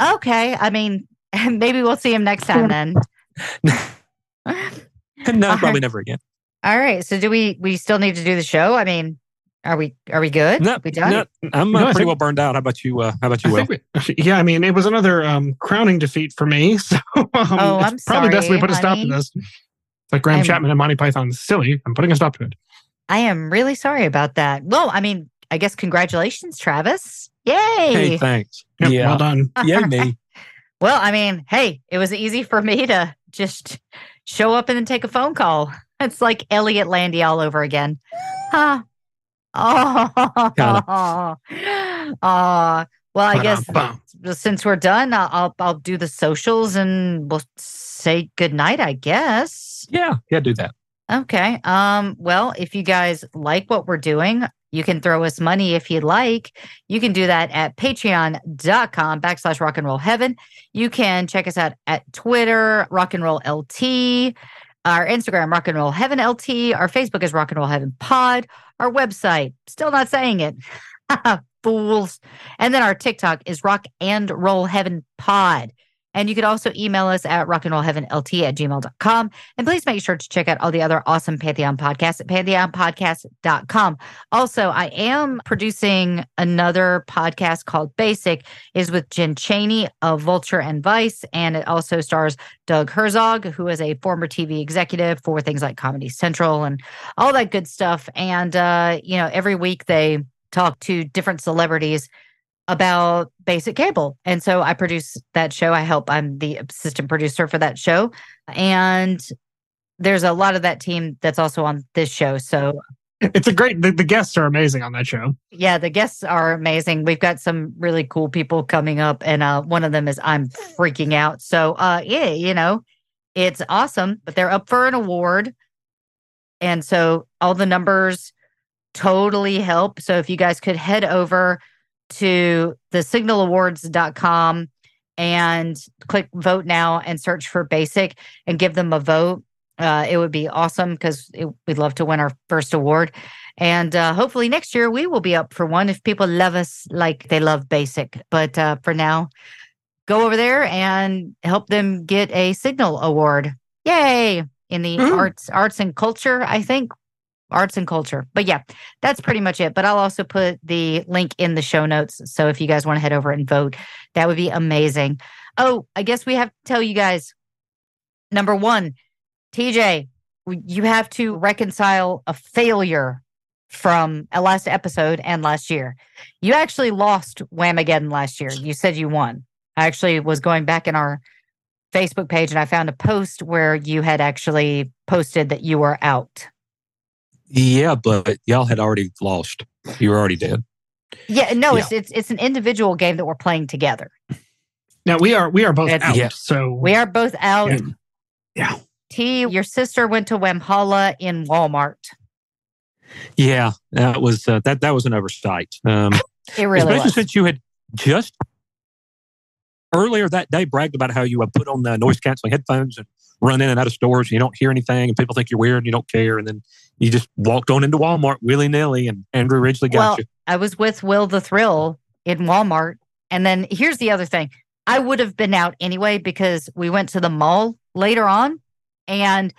Speaker 3: Okay. I mean, maybe we'll see him next time then.
Speaker 5: no,
Speaker 3: All
Speaker 5: probably
Speaker 3: right.
Speaker 5: never again.
Speaker 3: All right. So do we we still need to do the show? I mean, are we are we good?
Speaker 5: No,
Speaker 3: we done?
Speaker 5: no, I'm
Speaker 4: No,
Speaker 5: uh,
Speaker 4: I
Speaker 5: pretty
Speaker 4: think-
Speaker 5: well burned out. How about you? Uh, how about you,
Speaker 4: I
Speaker 5: Will?
Speaker 4: think we- yeah, I mean, it was another um, crowning defeat for me. So um,
Speaker 3: Oh,
Speaker 4: it's
Speaker 3: I'm
Speaker 4: probably best we
Speaker 3: sorry,
Speaker 4: put a stop to
Speaker 3: honey.
Speaker 4: this. It's like Graham
Speaker 3: I'm-
Speaker 4: Chapman and Monty Python. Silly. I'm putting a stop to it.
Speaker 3: I am really sorry about that. Well, I mean, I guess congratulations, Travis. Yay.
Speaker 5: Hey, thanks.
Speaker 4: Yep, Well
Speaker 5: yeah,
Speaker 4: done.
Speaker 5: yeah, me.
Speaker 3: Well, I mean, hey, it was easy for me to just show up and then take a phone call. It's like Elliot Landy all over again. Huh. Oh,
Speaker 5: Got
Speaker 3: oh, well, I guess
Speaker 4: Ba-dum-bum.
Speaker 3: since we're done, I'll, I'll I'll do the socials and we'll say goodnight, I guess.
Speaker 5: Yeah, yeah, do that.
Speaker 3: Okay. Um, well, if you guys like what we're doing, you can throw us money if you'd like. You can do that at patreon.com backslash rock and roll heaven. You can check us out at Twitter, rock and roll LT, our Instagram, rock and roll heaven LT, our Facebook is rock and roll heaven pod, our website, still not saying it. Fools. And then our TikTok is rock and roll heaven pod. And you could also email us at rock and roll heaven LT at gmail.com. And please make sure to check out all the other awesome Pantheon podcasts at pantheonpodcast.com. Also, I am producing another podcast called Basic is with Jen Cheney of Vulture and Vice. And it also stars Doug Herzog, who is a former TV executive for things like Comedy Central and all that good stuff. And, uh, you know, every week they talk to different celebrities about basic cable. And so I produce that show. I help. I'm the assistant producer for that show and there's a lot of that team that's also on this show. So
Speaker 4: It's a great. The, the guests are amazing on that show.
Speaker 3: yeah, the guests are amazing. We've got some really cool people coming up, and uh, one of them is I'm freaking out. So uh, yeah, you know, it's awesome. But they're up for an award, and so all the numbers totally help. So if you guys could head over to the signalawards.com and click vote now and search for basic and give them a vote. Uh, it would be awesome because we'd love to win our first award. And uh, hopefully next year we will be up for one if people love us like they love basic. But uh, for now, go over there and help them get a signal award. Yay! In the
Speaker 4: Woohoo.
Speaker 3: arts, arts and culture, I think arts and culture. But yeah, that's pretty much it. But I'll also put the link in the show notes. So if you guys want to head over and vote, that would be amazing. Oh, I guess we have to tell you guys. Number one, TJ, you have to reconcile a failure from a last episode and last year. You actually lost Whamageddon last year. You said you won. I actually was going back in our Facebook page and I found a post where you had actually posted that you were out.
Speaker 5: Yeah, but y'all had already lost. You were already dead.
Speaker 3: Yeah, no, it's it's it's an individual game that we're playing together.
Speaker 4: Now we are we are both
Speaker 3: It's-
Speaker 4: out.
Speaker 5: Yeah.
Speaker 4: So
Speaker 3: We are both out.
Speaker 4: Yeah. Yeah.
Speaker 3: T, your sister went to Wemhalla in Walmart.
Speaker 5: Yeah, that was uh, that. That was an oversight. Um,
Speaker 3: It really
Speaker 5: especially
Speaker 3: was.
Speaker 5: since you had just earlier that day bragged about how you would put on the noise canceling headphones and run in and out of stores and you don't hear anything and people think you're weird and you don't care and then you just walked on into Walmart willy nilly and Andrew Ridgely got
Speaker 3: Well,
Speaker 5: you.
Speaker 3: I was with Will the Thrill in Walmart. And then here's the other thing I would have been out anyway because we went to the mall later on and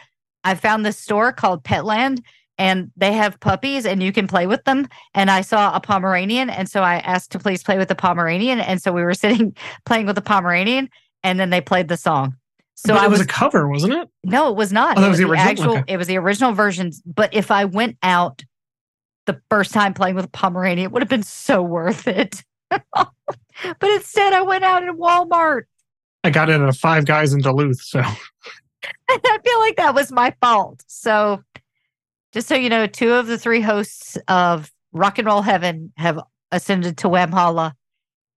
Speaker 3: I found this store called Petland and they have puppies and you can play with them. And I saw a Pomeranian. And so I asked to please play with the Pomeranian. And so we were sitting playing with the Pomeranian and then they played the song. So
Speaker 4: But
Speaker 3: I
Speaker 4: it was,
Speaker 3: was
Speaker 4: a cover, wasn't it?
Speaker 3: No, it was not.
Speaker 4: Oh, that
Speaker 3: it
Speaker 4: was the original?
Speaker 3: actual.
Speaker 4: Okay.
Speaker 3: It was the original version. But if I went out the first time playing with Pomeranian, it would have been so worth it. but instead, I went out at Walmart,
Speaker 4: I got it at a Five Guys in Duluth. So
Speaker 3: and I feel like that was my fault. So, just so you know, two of the three hosts of Rock and Roll Heaven have ascended to Wamhalla,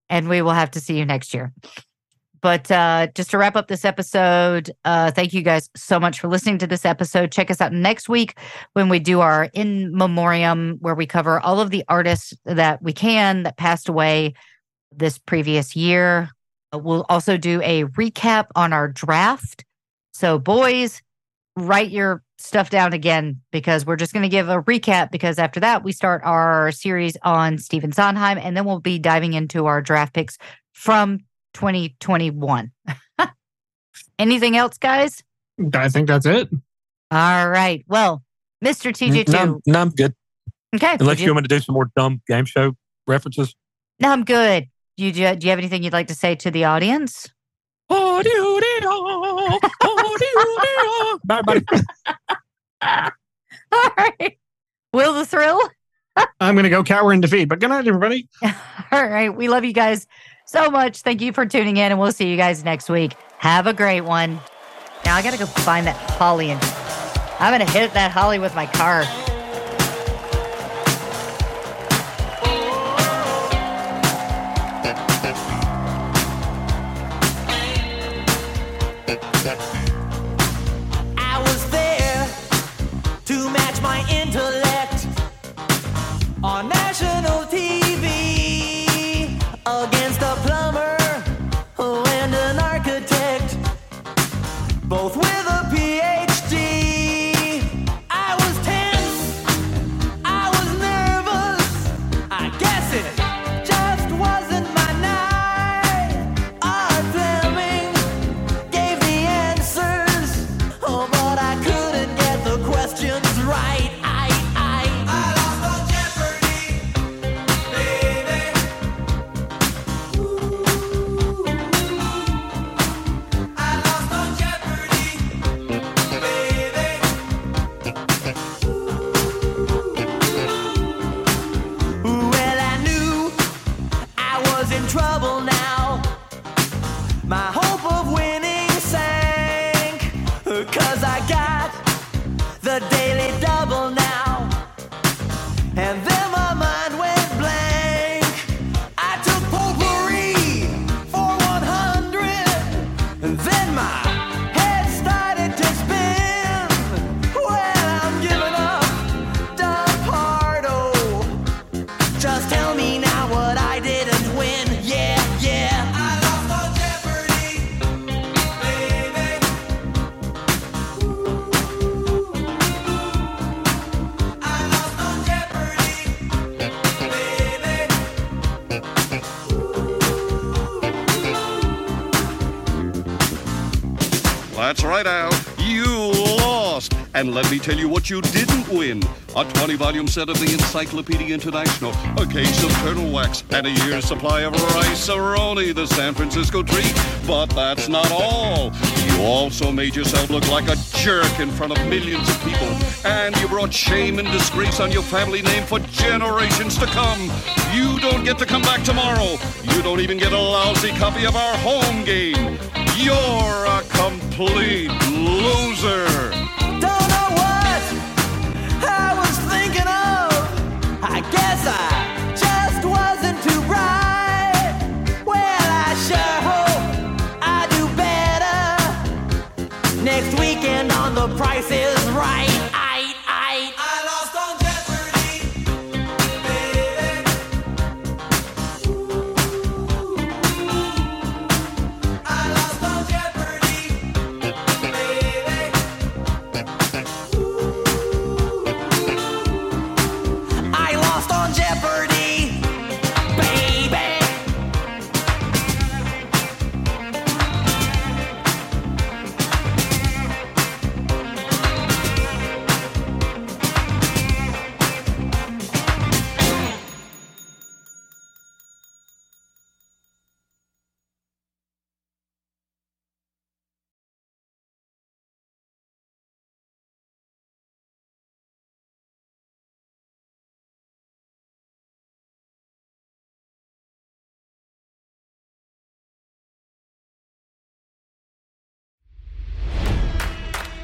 Speaker 3: and we will have to see you next year. But uh, just to wrap up this episode, uh, thank you guys so much for listening to this episode. Check us out next week when we do our in memoriam, where we cover all of the artists that we can that passed away this previous year. We'll also do a recap on our draft. So, boys, write your stuff down again because we're just going to give a recap. Because after that, we start our series on Stephen Sondheim, and then we'll be diving into our draft picks from 2021. Anything else, guys?
Speaker 4: I think that's it.
Speaker 3: All right. Well, Mr. TJ2.
Speaker 5: Mm, No, I'm- no, I'm good.
Speaker 3: Okay.
Speaker 5: Unless
Speaker 3: Did
Speaker 5: you want me to do some more dumb game show references.
Speaker 3: No, I'm good. You do, do you have anything you'd like to say to the audience?
Speaker 5: Oh, dee, oh, dee, oh, oh, dee, oh, dee, oh. Bye, everybody.
Speaker 3: All right. Will the thrill?
Speaker 4: I'm gonna go cower in defeat. But good night, everybody.
Speaker 3: All right. We love you guys so much. Thank you for tuning in, and we'll see you guys next week. Have a great one. Now I got to go find that Holly, and I'm going to hit that Holly with my car.
Speaker 6: the Daily Double now. And then my mind went blank. I took potpourri for 100. And then my head started to spin. Well, I'm giving up the oh. pardo. Just tell me now what I didn't win. Yeah, yeah. I lost on Jeopardy, baby. I lost on Jeopardy, baby.
Speaker 7: That's right, Al. You lost. And let me tell you what you didn't win a 20 volume set of the Encyclopedia International, a case of turtle wax, and a year's supply of rice aroni, the San Francisco treat. But that's not all. You also made yourself look like a jerk in front of millions of people, and you brought shame and disgrace on your family name for generations to come. You don't get to come back tomorrow. You don't even get a lousy copy of our home game. You're a complete loser.
Speaker 6: Don't know what I was thinking of. I guess I just wasn't too bright. Well, I sure hope I do better next weekend on The Price Is Right. I, I, I lost on Jeopardy, baby. I lost on Jeopardy, baby. I lost on Jeopardy, baby.